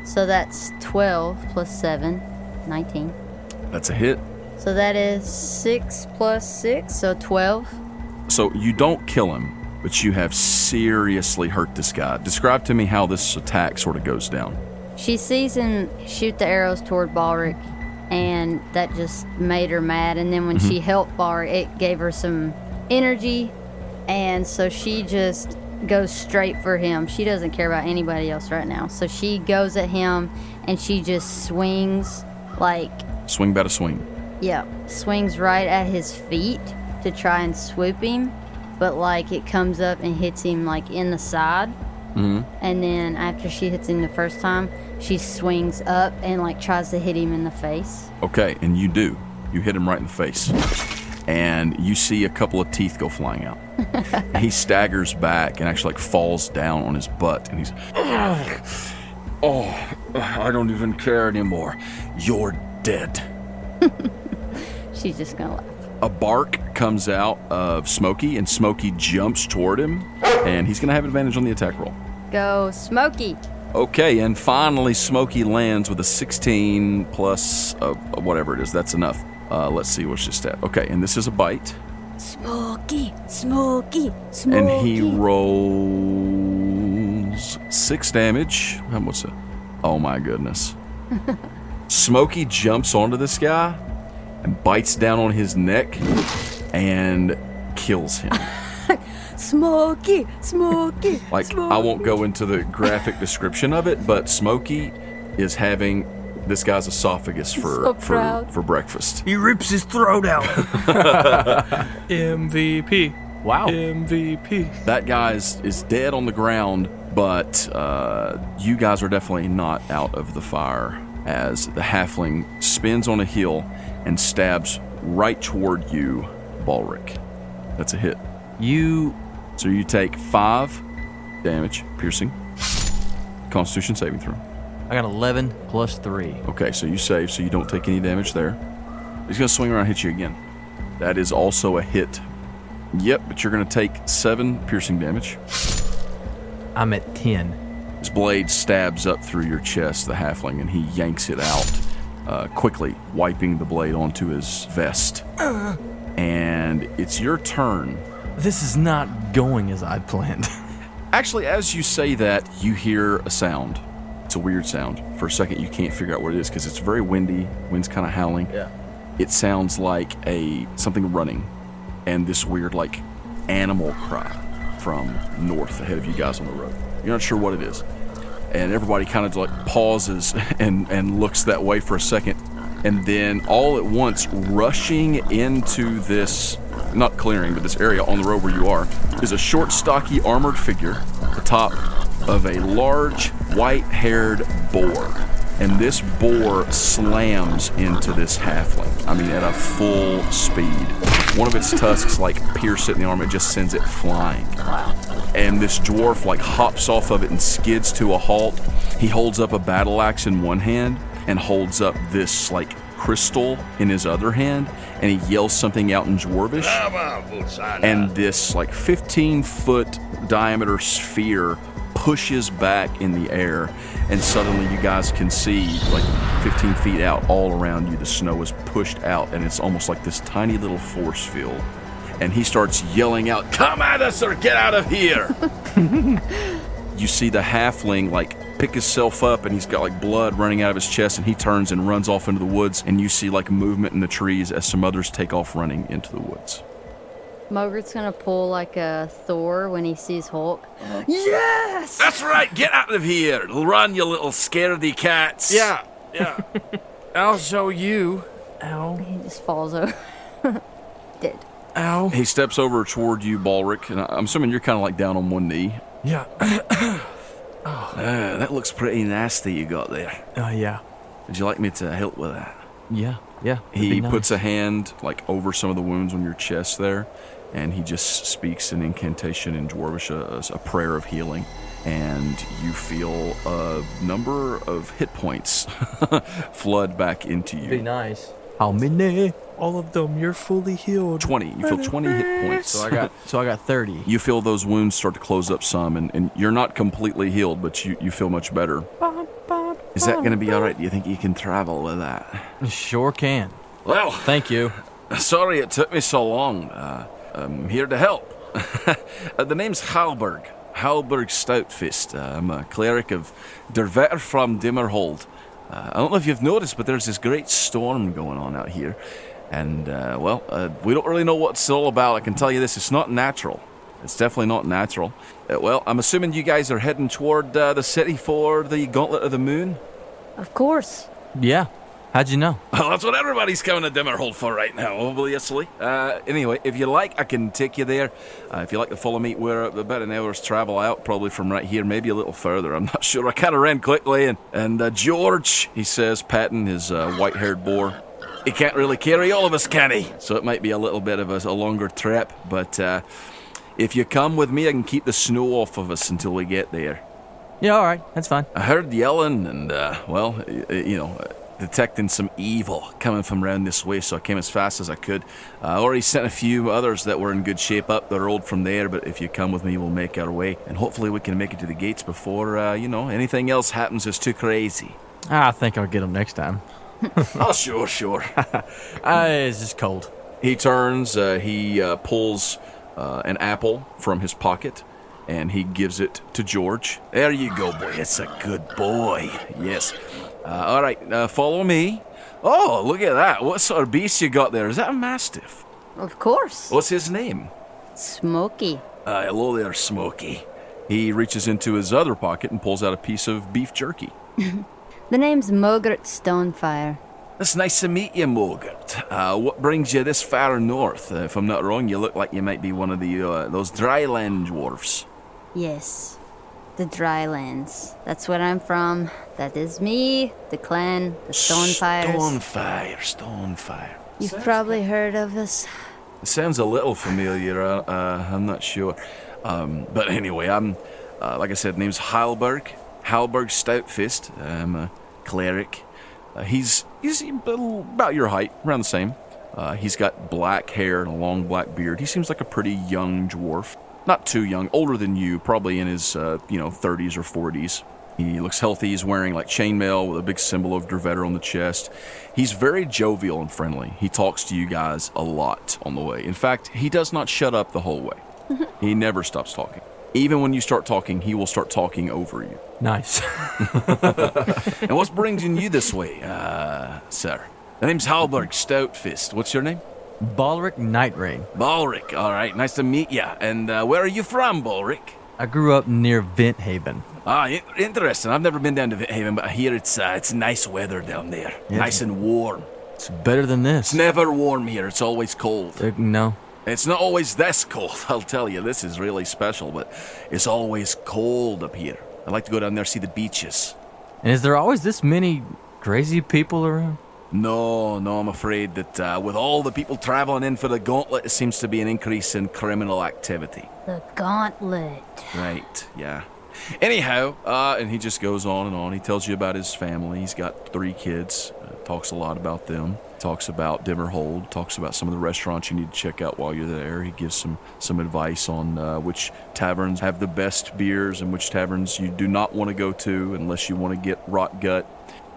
Speaker 3: So that's 12 plus 7, 19.
Speaker 1: That's a hit.
Speaker 3: So that is 6 plus 6, so 12.
Speaker 1: So you don't kill him, but you have seriously hurt this guy. Describe to me how this attack sort of goes down.
Speaker 3: She sees him shoot the arrows toward Balric, and that just made her mad. And then when she helped Balric, it gave her some energy, and so she just goes straight for him. She doesn't care about anybody else right now. So she goes at him, and she just swings like
Speaker 1: Swing bat a swing.
Speaker 3: yeah, swings right at his feet to try and swoop him, but like it comes up and hits him like in the side. Mm-hmm. And then after she hits him the first time, she swings up and like tries to hit him in the face.
Speaker 1: Okay, and you do. You hit him right in the face. And you see a couple of teeth go flying out. he staggers back and actually like falls down on his butt and he's Oh, I don't even care anymore. You're dead.
Speaker 3: She's just gonna laugh.
Speaker 1: A bark comes out of Smokey and Smokey jumps toward him and he's going to have advantage on the attack roll.
Speaker 3: Go, Smokey!
Speaker 1: Okay, and finally, Smokey lands with a 16 plus uh, whatever it is. That's enough. Uh, let's see what's his stat. Okay, and this is a bite,
Speaker 3: Smokey! Smokey! Smokey!
Speaker 1: and he rolls six damage. Um, What's it? Oh my goodness! Smokey jumps onto this guy and bites down on his neck and kills him.
Speaker 3: Smokey! Smokey!
Speaker 1: Like I won't go into the graphic description of it, but Smokey is having this guy's esophagus for
Speaker 3: so
Speaker 1: for,
Speaker 3: proud.
Speaker 1: for breakfast.
Speaker 2: He rips his throat out.
Speaker 5: MVP.
Speaker 4: Wow.
Speaker 5: MVP.
Speaker 1: That guy is, is dead on the ground, but uh, you guys are definitely not out of the fire as the halfling spins on a heel and stabs right toward you, Balric. That's a hit.
Speaker 4: You
Speaker 1: So you take five damage, piercing. Constitution saving throw.
Speaker 4: I got 11 plus 3.
Speaker 1: Okay, so you save, so you don't take any damage there. He's going to swing around and hit you again. That is also a hit. Yep, but you're going to take seven piercing damage.
Speaker 4: I'm at 10.
Speaker 1: His blade stabs up through your chest, the halfling, and he yanks it out uh, quickly, wiping the blade onto his vest. And it's your turn.
Speaker 4: This is not going as I planned.
Speaker 1: Actually, as you say that, you hear a sound. It's a weird sound. For a second, you can't figure out what it is because it's very windy. Wind's kind of howling.
Speaker 4: yeah.
Speaker 1: It sounds like a something running, and this weird like animal cry from north ahead of you guys on the road. You're not sure what it is, and everybody kind of like pauses and and looks that way for a second, and then all at once rushing into this not clearing but this area on the road where you are is a short, stocky, armored figure atop of a large white-haired boar and this boar slams into this halfling. I mean, at a full speed. One of its tusks like pierce it in the arm; it just sends it flying. And this dwarf like hops off of it and skids to a halt. He holds up a battle axe in one hand and holds up this like crystal in his other hand, and he yells something out in dwarvish and this like 15 foot diameter sphere pushes back in the air and suddenly you guys can see like 15 feet out all around you the snow is pushed out and it's almost like this tiny little force field and he starts yelling out come at us or get out of here you see the halfling like pick himself up and he's got like blood running out of his chest and he turns and runs off into the woods and you see like movement in the trees as some others take off running into the woods
Speaker 3: Mogurt's gonna pull like a Thor when he sees Hulk.
Speaker 1: That's right. Get out of here. Run, you little scaredy cats.
Speaker 5: Yeah, yeah. I'll show you. Ow,
Speaker 3: He just falls over. Dead.
Speaker 5: ow.
Speaker 1: He steps over toward you, Balric, and I- I'm assuming you're kind of like down on one knee.
Speaker 5: Yeah,
Speaker 1: Uh, that looks pretty nasty you got there.
Speaker 6: Uh,
Speaker 4: Oh, yeah.
Speaker 1: Would you like me to help with that?
Speaker 4: Yeah. Yeah. that'd
Speaker 1: He
Speaker 4: be nice.
Speaker 1: puts a hand like over some of the wounds on your chest there, and he just speaks an incantation in Dwarvish, a, a prayer of healing, and you feel a number of hit points flood back into you.
Speaker 4: Be nice. How many?
Speaker 5: all of them. You're fully healed.
Speaker 1: 20. You feel 20 hit points.
Speaker 4: So I got. so I got thirty.
Speaker 1: you feel those wounds start to close up some and, and you're not completely healed but you, you feel much better is that going to be all right do you think you can travel with that
Speaker 4: Sure can.
Speaker 1: well
Speaker 4: Thank you.
Speaker 1: sorry it took me so long uh, i'm here to help uh, the name's halberg halberg stoutfist uh, i'm a cleric of dervetter from dimmerhold uh, i don't know if you've noticed but there's this great storm going on out here and uh, well uh, we don't really know what it's all about i can tell you this it's not natural it's definitely not natural. Uh, well, I'm assuming you guys are heading toward uh, the city for the Gauntlet of the Moon.
Speaker 3: Of course.
Speaker 4: Yeah. How'd you know?
Speaker 1: Well, that's what everybody's coming to Dimmerhold for right now, obviously. Uh, anyway, if you like, I can take you there. Uh, if you like to follow me, we're about an hour's travel out, probably from right here, maybe a little further. I'm not sure. I kind of ran quickly. And, and uh, George, he says, patting his uh, white haired boar, he can't really carry all of us, can he? So it might be a little bit of a, a longer trip, but uh, if you come with me, I can keep the snow off of us until we get there.
Speaker 4: Yeah. All right. That's fine.
Speaker 1: I heard yelling and, uh, well, y- y- you know, uh, detecting some evil coming from round this way, so I came as fast as I could. I already sent a few others that were in good shape up the road from there, but if you come with me, we'll make our way, and hopefully we can make it to the gates before, uh, you know, anything else happens is too crazy.
Speaker 4: I think I'll get them next time.
Speaker 1: oh, sure, sure.
Speaker 4: Uh, it's just cold.
Speaker 1: He turns, uh, he uh, pulls uh, an apple from his pocket and he gives it to George. There you go, boy. It's a good boy. Yes. Uh, all right, uh, follow me. Oh, look at that. What sort of beast you got there? Is that a mastiff?
Speaker 3: Of course.
Speaker 1: What's his name?
Speaker 3: Smoky.
Speaker 1: Uh, hello there, Smokey. He reaches into his other pocket and pulls out a piece of beef jerky.
Speaker 3: The name's Mogurt Stonefire.
Speaker 1: It's nice to meet you, Mogart. Uh, what brings you this far north? Uh, if I'm not wrong, you look like you might be one of the uh, those dryland dwarfs.
Speaker 3: Yes. The Drylands. That's where I'm from. That is me, the clan, the Stonefires.
Speaker 1: Stonefire, Stonefire.
Speaker 3: You've probably heard of us.
Speaker 1: It sounds a little familiar. Uh, uh, I'm not sure, um, but anyway, I'm uh, like I said, name's Halberg, Halberg Stoutfist. I'm a cleric Uh, he's he's about your height, around the same. Uh, he's got black hair and a long black beard. He seems like a pretty young dwarf. Not too young, older than you, probably in his uh, you know 30s or 40s. He looks healthy. He's wearing like chainmail with a big symbol of Dervetter on the chest. He's very jovial and friendly. He talks to you guys a lot on the way. In fact, he does not shut up the whole way. he never stops talking. Even when you start talking, he will start talking over you.
Speaker 4: Nice.
Speaker 1: And what's bringing you this way, uh, sir? The name's Halberg Stoutfist. What's your name?
Speaker 4: Balric Nightrain.
Speaker 1: Balric. All right, nice to meet ya. And uh, where are you from, Balric?
Speaker 4: I grew up near Venthaven.
Speaker 1: Ah, in- interesting. I've never been down to Haven, but I hear it's uh, it's nice weather down there. Nice and warm.
Speaker 4: It's better than this.
Speaker 1: It's never warm here. It's always cold.
Speaker 4: Uh, no.
Speaker 1: It's not always this cold. I'll tell you, this is really special, but it's always cold up here. I like to go down there see the beaches.
Speaker 4: And is there always this many crazy people around?
Speaker 1: No, no, I'm afraid that uh, with all the people traveling in for the gauntlet, it seems to be an increase in criminal activity.
Speaker 3: The gauntlet.
Speaker 1: Right, yeah. Anyhow, uh, and he just goes on and on. He tells you about his family. He's got three kids, uh, talks a lot about them, talks about Dimmerhold, talks about some of the restaurants you need to check out while you're there. He gives some, some advice on uh, which taverns have the best beers and which taverns you do not want to go to unless you want to get rot gut.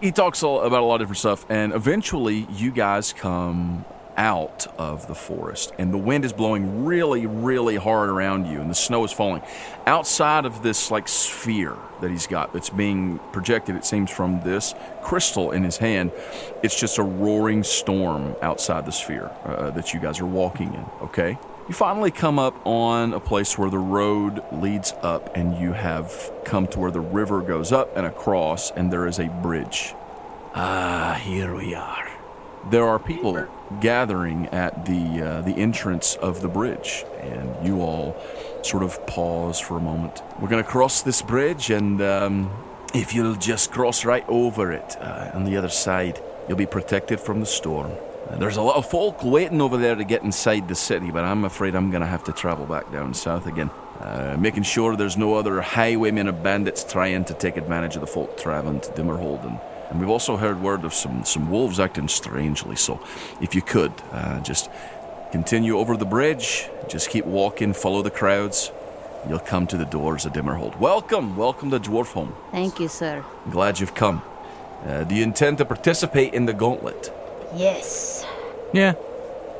Speaker 1: He talks a- about a lot of different stuff, and eventually you guys come out of the forest and the wind is blowing really really hard around you and the snow is falling outside of this like sphere that he's got that's being projected it seems from this crystal in his hand it's just a roaring storm outside the sphere uh, that you guys are walking in okay you finally come up on a place where the road leads up and you have come to where the river goes up and across and there is a bridge Ah, here we are. There are people gathering at the uh, the entrance of the bridge, and you all sort of pause for a moment. We're going to cross this bridge, and um, if you'll just cross right over it uh, on the other side, you'll be protected from the storm. Uh, There's a lot of folk waiting over there to get inside the city, but I'm afraid I'm going to have to travel back down south again, uh, making sure there's no other highwaymen or bandits trying to take advantage of the folk traveling to Dimmerhold and and we've also heard word of some, some wolves acting strangely, so if you could, uh, just continue over the bridge, just keep walking, follow the crowds. You'll come to the doors of Dimmerhold. Welcome, welcome to Dwarfholm.
Speaker 3: Thank you, sir.
Speaker 1: I'm glad you've come. Uh, do you intend to participate in the gauntlet?
Speaker 3: Yes.
Speaker 4: Yeah.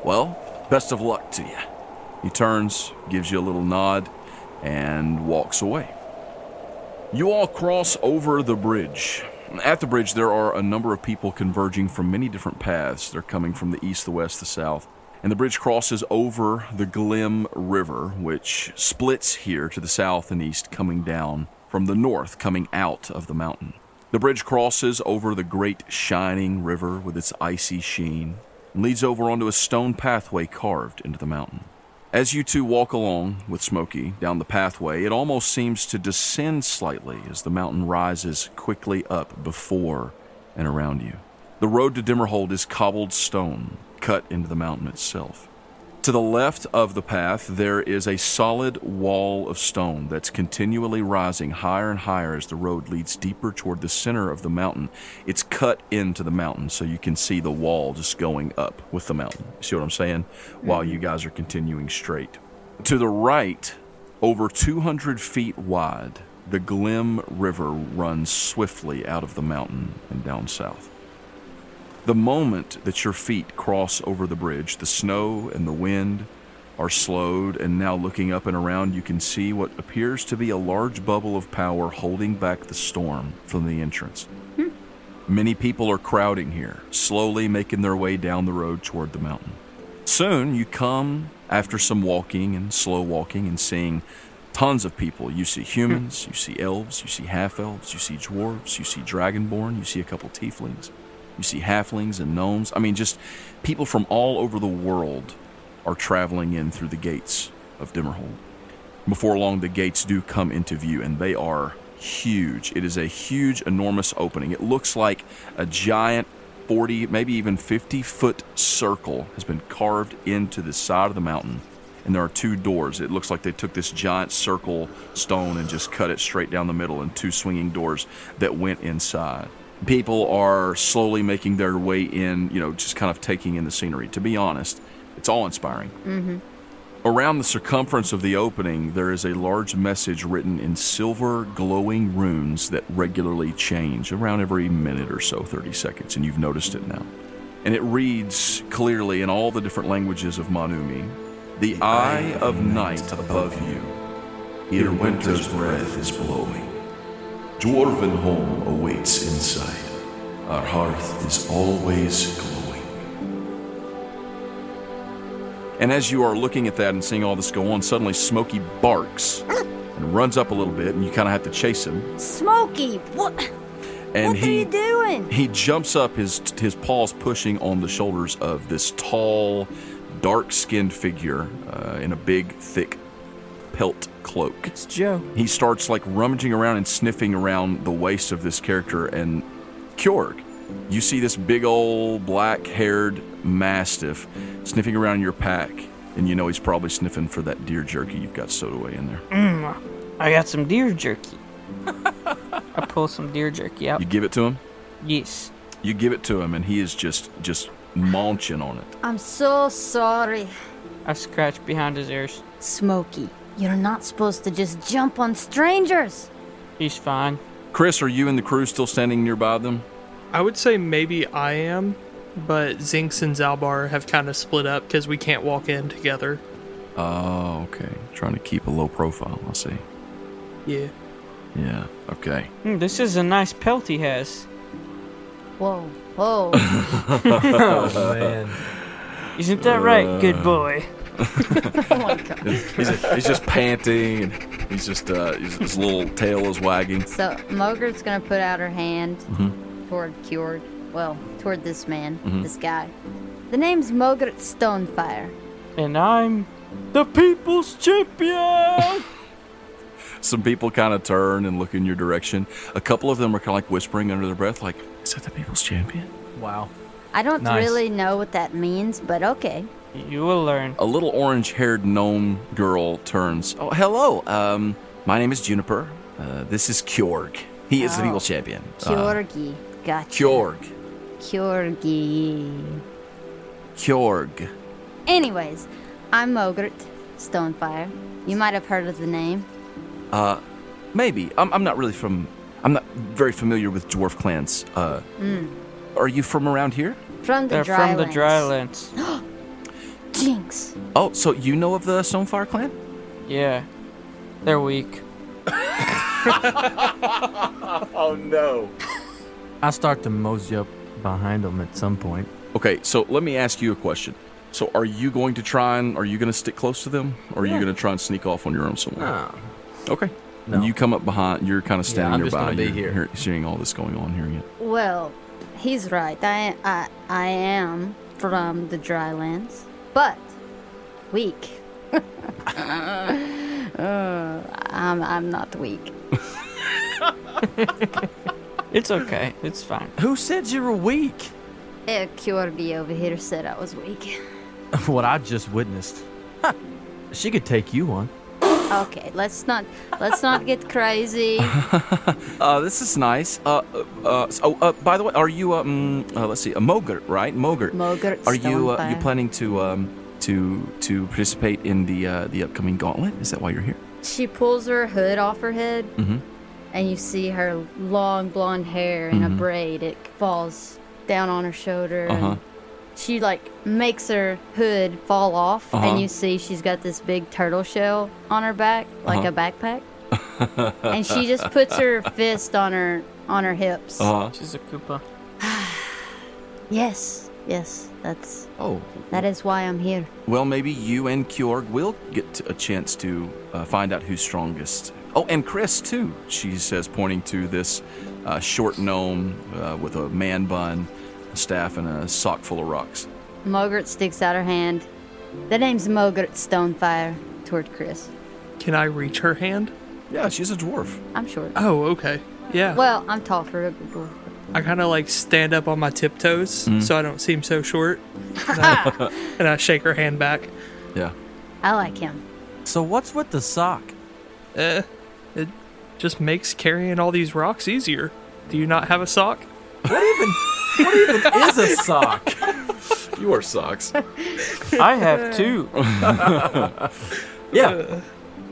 Speaker 1: Well, best of luck to you. He turns, gives you a little nod, and walks away. You all cross over the bridge. At the bridge, there are a number of people converging from many different paths. They're coming from the east, the west, the south. And the bridge crosses over the Glim River, which splits here to the south and east, coming down from the north, coming out of the mountain. The bridge crosses over the great shining river with its icy sheen and leads over onto a stone pathway carved into the mountain. As you two walk along with Smokey down the pathway, it almost seems to descend slightly as the mountain rises quickly up before and around you. The road to Dimmerhold is cobbled stone cut into the mountain itself. To the left of the path, there is a solid wall of stone that's continually rising higher and higher as the road leads deeper toward the center of the mountain. It's cut into the mountain, so you can see the wall just going up with the mountain. See what I'm saying? While you guys are continuing straight. To the right, over 200 feet wide, the Glim River runs swiftly out of the mountain and down south. The moment that your feet cross over the bridge, the snow and the wind are slowed, and now looking up and around, you can see what appears to be a large bubble of power holding back the storm from the entrance. Many people are crowding here, slowly making their way down the road toward the mountain. Soon you come after some walking and slow walking and seeing tons of people. You see humans, you see elves, you see half elves, you see dwarves, you see dragonborn, you see a couple tieflings, you see halflings and gnomes. I mean, just people from all over the world are traveling in through the gates of Dimmerhold. Before long, the gates do come into view, and they are huge. It is a huge, enormous opening. It looks like a giant 40, maybe even 50 foot circle has been carved into the side of the mountain. And there are two doors. It looks like they took this giant circle stone and just cut it straight down the middle, and two swinging doors that went inside. people are slowly making their way in, you know, just kind of taking in the scenery. To be honest, it's awe inspiring. Around the circumference of the opening, there is a large message written in silver glowing runes that regularly change around every minute or so, 30 seconds, and you've noticed it now. And it reads clearly in all the different languages of Manumi The eye of night above you, your winter's breath is blowing. Dwarven home awaits inside. Our hearth is always glowing. And as you are looking at that and seeing all this go on, suddenly Smokey barks and runs up a little bit, and you kind of have to chase him.
Speaker 3: Smokey, what?
Speaker 1: And
Speaker 3: what
Speaker 1: he,
Speaker 3: are you doing?
Speaker 1: He jumps up, his his paws pushing on the shoulders of this tall, dark-skinned figure uh, in a big, thick pelt cloak.
Speaker 5: It's Joe.
Speaker 1: He starts like rummaging around and sniffing around the waist of this character, and Kjorg, you see this big old black-haired mastiff sniffing around your pack, and you know he's probably sniffing for that deer jerky you've got sewed away in there.
Speaker 2: I got some deer jerky. I pull some deer jerky out.
Speaker 1: You give it to him.
Speaker 2: Yes.
Speaker 1: You give it to him, and he is just just munching on it.
Speaker 3: I'm so sorry,
Speaker 2: I scratch behind his ears.
Speaker 3: Smokey. You're not supposed to just jump on strangers.
Speaker 2: He's fine.
Speaker 1: Chris, are you and the crew still standing nearby them?
Speaker 6: I would say maybe I am, but Zinx and Zalbar have kind of split up because we can't walk in together.
Speaker 1: Oh, okay. Trying to keep a low profile. I see.
Speaker 6: Yeah.
Speaker 1: Yeah. Okay.
Speaker 2: Hmm, this is a nice pelt he has.
Speaker 3: Whoa, whoa.
Speaker 4: Oh, man.
Speaker 2: Isn't that right, good boy?
Speaker 1: He's, he's just panting. And he's just uh, his, his little tail is wagging.
Speaker 3: so Mogurt's gonna put out her hand toward Kjord. Well, toward this man, this guy. The name's Mogurt Stonefire.
Speaker 2: And I'm the people's champion!
Speaker 1: Some people kind of turn and look in your direction. A couple of them are kind of like whispering under their breath, like, "Is that the people's champion?"
Speaker 4: Wow.
Speaker 3: I don't
Speaker 4: Nice.
Speaker 3: really know what that means, but okay.
Speaker 2: you will learn.
Speaker 1: A little orange-haired gnome girl turns. Oh, hello. Um, my name is Juniper. Uh, this is Kjorg. He is the
Speaker 3: Oh.
Speaker 1: people's champion.
Speaker 2: Uh-huh.
Speaker 1: Uh,
Speaker 3: Kjorgi. Gotcha.
Speaker 1: Kjorg.
Speaker 3: Kjorgi.
Speaker 1: Kjorg.
Speaker 3: Anyways, I'm Mogurt Stonefire. You might have heard of the name.
Speaker 1: Maybe. I'm, I'm not really from. I'm not very familiar with dwarf clans. Uh,
Speaker 4: Hmm.
Speaker 1: Are you from around here?
Speaker 3: From the
Speaker 2: They're from
Speaker 3: dry
Speaker 2: the
Speaker 3: lands.
Speaker 2: drylands.
Speaker 3: Jinx.
Speaker 1: Oh, so you know of the Stonefire clan?
Speaker 2: yeah. They're weak.
Speaker 4: I start to mosey up behind him at some point.
Speaker 1: Okay, so let me ask you a question. So are you going to try and are you going to stick close to them, or are you going to try and sneak off on your own somewhere? Okay.
Speaker 4: No.
Speaker 1: You come up behind. You're kind of standing
Speaker 4: I'm just
Speaker 1: nearby.
Speaker 4: gonna be
Speaker 1: you're
Speaker 4: here.
Speaker 1: hear- seeing all this going on, hearing it.
Speaker 3: Well, he's right. I, I, I am from the drylands, but weak. Uh, I'm, I'm not weak.
Speaker 2: It's okay. It's fine.
Speaker 4: Who said you were weak?
Speaker 3: Eh, Kjorgi over here said I was weak.
Speaker 4: what I just witnessed. Ha! She could take you on.
Speaker 3: Okay, let's not let's not get crazy.
Speaker 1: Uh, this is nice. Uh, uh, uh, so, oh, uh, by the way, are you um? Uh, let's see, a Mogurt, right? Mogurt.
Speaker 3: Mogurt
Speaker 1: Are you uh, you
Speaker 3: Stonefire.
Speaker 1: planning to um to to participate in the uh, the upcoming gauntlet? Is that why you're here?
Speaker 3: She pulls her hood off her head,
Speaker 1: Mm-hmm.
Speaker 3: and you see her long blonde hair in a braid. It falls down on her shoulder.
Speaker 1: Mm-hmm. Uh-huh.
Speaker 3: And she like makes her hood fall off,
Speaker 1: Uh-huh.
Speaker 3: and you see she's got this big turtle shell on her back, like
Speaker 1: Uh-huh.
Speaker 3: a backpack. and she just puts her fist on her on her hips.
Speaker 1: Uh huh.
Speaker 2: She's a Koopa.
Speaker 3: Yes, yes, that's
Speaker 1: Oh.
Speaker 3: that is why I'm here.
Speaker 1: Well, maybe you and Kjorg will get a chance to uh, find out who's strongest. Oh, and Chris too. She says, pointing to this uh, short gnome uh, with a man bun, a staff, and a sock full of rocks.
Speaker 3: Mogurt sticks out her hand. The name's Mogurt Stonefire toward Chris.
Speaker 6: Can I reach her hand?
Speaker 1: Yeah, she's a dwarf.
Speaker 3: I'm short.
Speaker 6: Oh, okay. Yeah.
Speaker 3: Well, I'm tall for a dwarf.
Speaker 6: I kind of like stand up on my tiptoes so I don't seem so short. And I, and I shake her hand back.
Speaker 1: Yeah.
Speaker 3: I like him.
Speaker 4: So what's with the sock?
Speaker 6: It just makes carrying all these rocks easier. Do you not have a sock?
Speaker 4: What even? What even is a sock?
Speaker 1: You are socks.
Speaker 2: I have two.
Speaker 4: Yeah.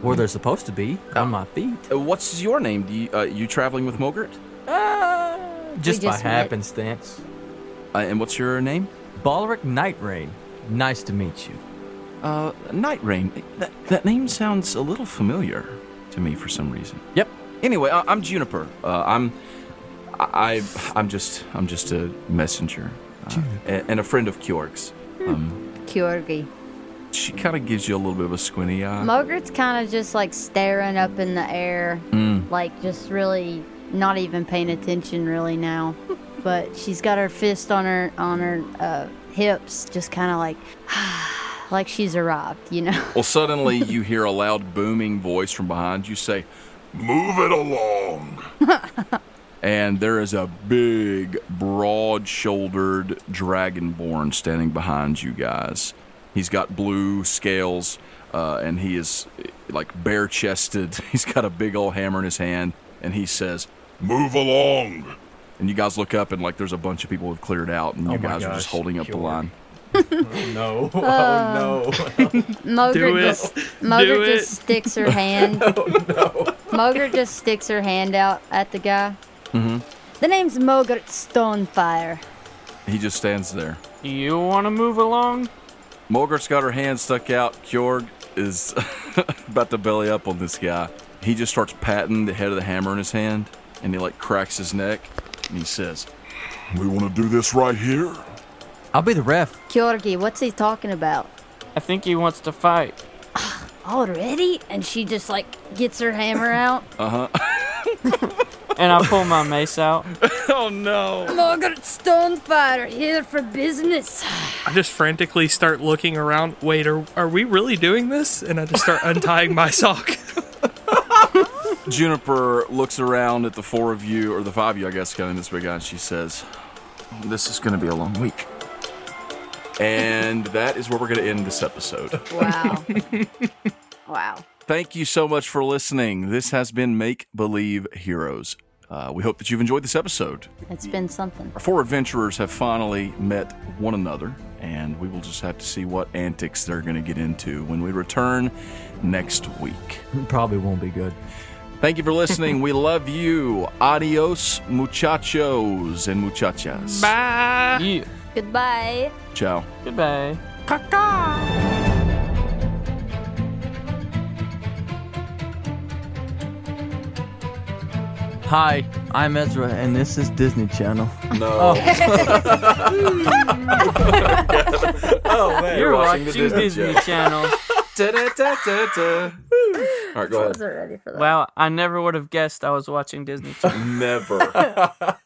Speaker 4: Where they're supposed to be on my feet,
Speaker 1: Uh, What's your name? Do you, uh, you traveling with Mogert?
Speaker 4: just, by
Speaker 3: just met.
Speaker 4: happenstance.
Speaker 1: Uh, and what's your name?
Speaker 4: Balric Night Rain. Nice to meet you.
Speaker 1: Uh, Night Rain. That, that name sounds a little familiar to me for some reason.
Speaker 4: Yep.
Speaker 1: Anyway, I, I'm Juniper. Uh, I'm, I, I- I'm just, I'm just a messenger, uh, a- and a friend of Kjorg's. Um,
Speaker 3: Kyorgi.
Speaker 1: she kind of gives you a little bit of a squinty eye.
Speaker 3: Mogert's kind of just like staring up in the air, like just really not even paying attention really now. but she's got her fist on her on her uh, hips, just kind of like like she's arrived, you know.
Speaker 1: well, suddenly you hear a loud booming voice from behind you say, "Move it along." and there is a big, broad-shouldered dragonborn standing behind you guys. He's got blue scales, uh, and he is eh, like bare-chested. He's got a big old hammer in his hand, and he says, "Move along." And you guys look up, and like there's a bunch of people have cleared out, and you
Speaker 4: Oh my
Speaker 1: guys are just
Speaker 4: gosh,
Speaker 1: holding up the
Speaker 4: Kjorg.
Speaker 1: line.
Speaker 4: No. Oh no.
Speaker 6: Do
Speaker 3: Mogert
Speaker 6: it.
Speaker 3: just Mogert
Speaker 6: Do it.
Speaker 3: just sticks her hand. Mogert just sticks her hand out at the guy. Mm-hmm. The name's Mogert Stonefire.
Speaker 1: He just stands there.
Speaker 2: You want to move along?
Speaker 1: Mulgert's got her hand stuck out. Kjorg is about to belly up on this guy. He just starts patting the head of the hammer in his hand, and he like cracks his neck, and he says,
Speaker 7: We want to do this right here?
Speaker 4: I'll be the ref.
Speaker 3: Kyorgi, what's he talking about?
Speaker 2: I think he wants to fight.
Speaker 3: Already? And she just like gets her hammer out.
Speaker 6: Oh.
Speaker 2: And I pull my mace out.
Speaker 6: Oh no!
Speaker 3: Mogert Stonefighter here for business.
Speaker 6: I just frantically start looking around. Wait, are, are we really doing this? And I just start untying my sock.
Speaker 1: Juniper looks around at the four of you, or the five of you, I guess, kind of this big guy, and she says, This is going to be a long week. And that is where we're going to end this episode.
Speaker 3: Wow. wow.
Speaker 1: Thank you so much for listening. This has been Make Believe Heroes. Uh, we hope that you've enjoyed this episode.
Speaker 3: It's been something.
Speaker 1: Our four adventurers have finally met one another, and we will just have to see what antics they're going to get into when we return next week.
Speaker 4: Probably won't be good.
Speaker 1: Thank you for listening. we love you. Adios, muchachos and muchachas.
Speaker 6: Ah.
Speaker 2: Yeah.
Speaker 3: Goodbye.
Speaker 1: Ciao.
Speaker 2: Goodbye.
Speaker 4: Hi, I'm Ezra, and this is Disney Channel.
Speaker 1: No.
Speaker 4: Oh man.
Speaker 2: You're
Speaker 1: watching
Speaker 2: watching,
Speaker 1: the Disney
Speaker 2: Disney Channel.
Speaker 1: All right, go ahead.
Speaker 3: Wasn't ready for that.
Speaker 2: Wow, I never would have guessed I was watching Disney Channel.
Speaker 1: Never.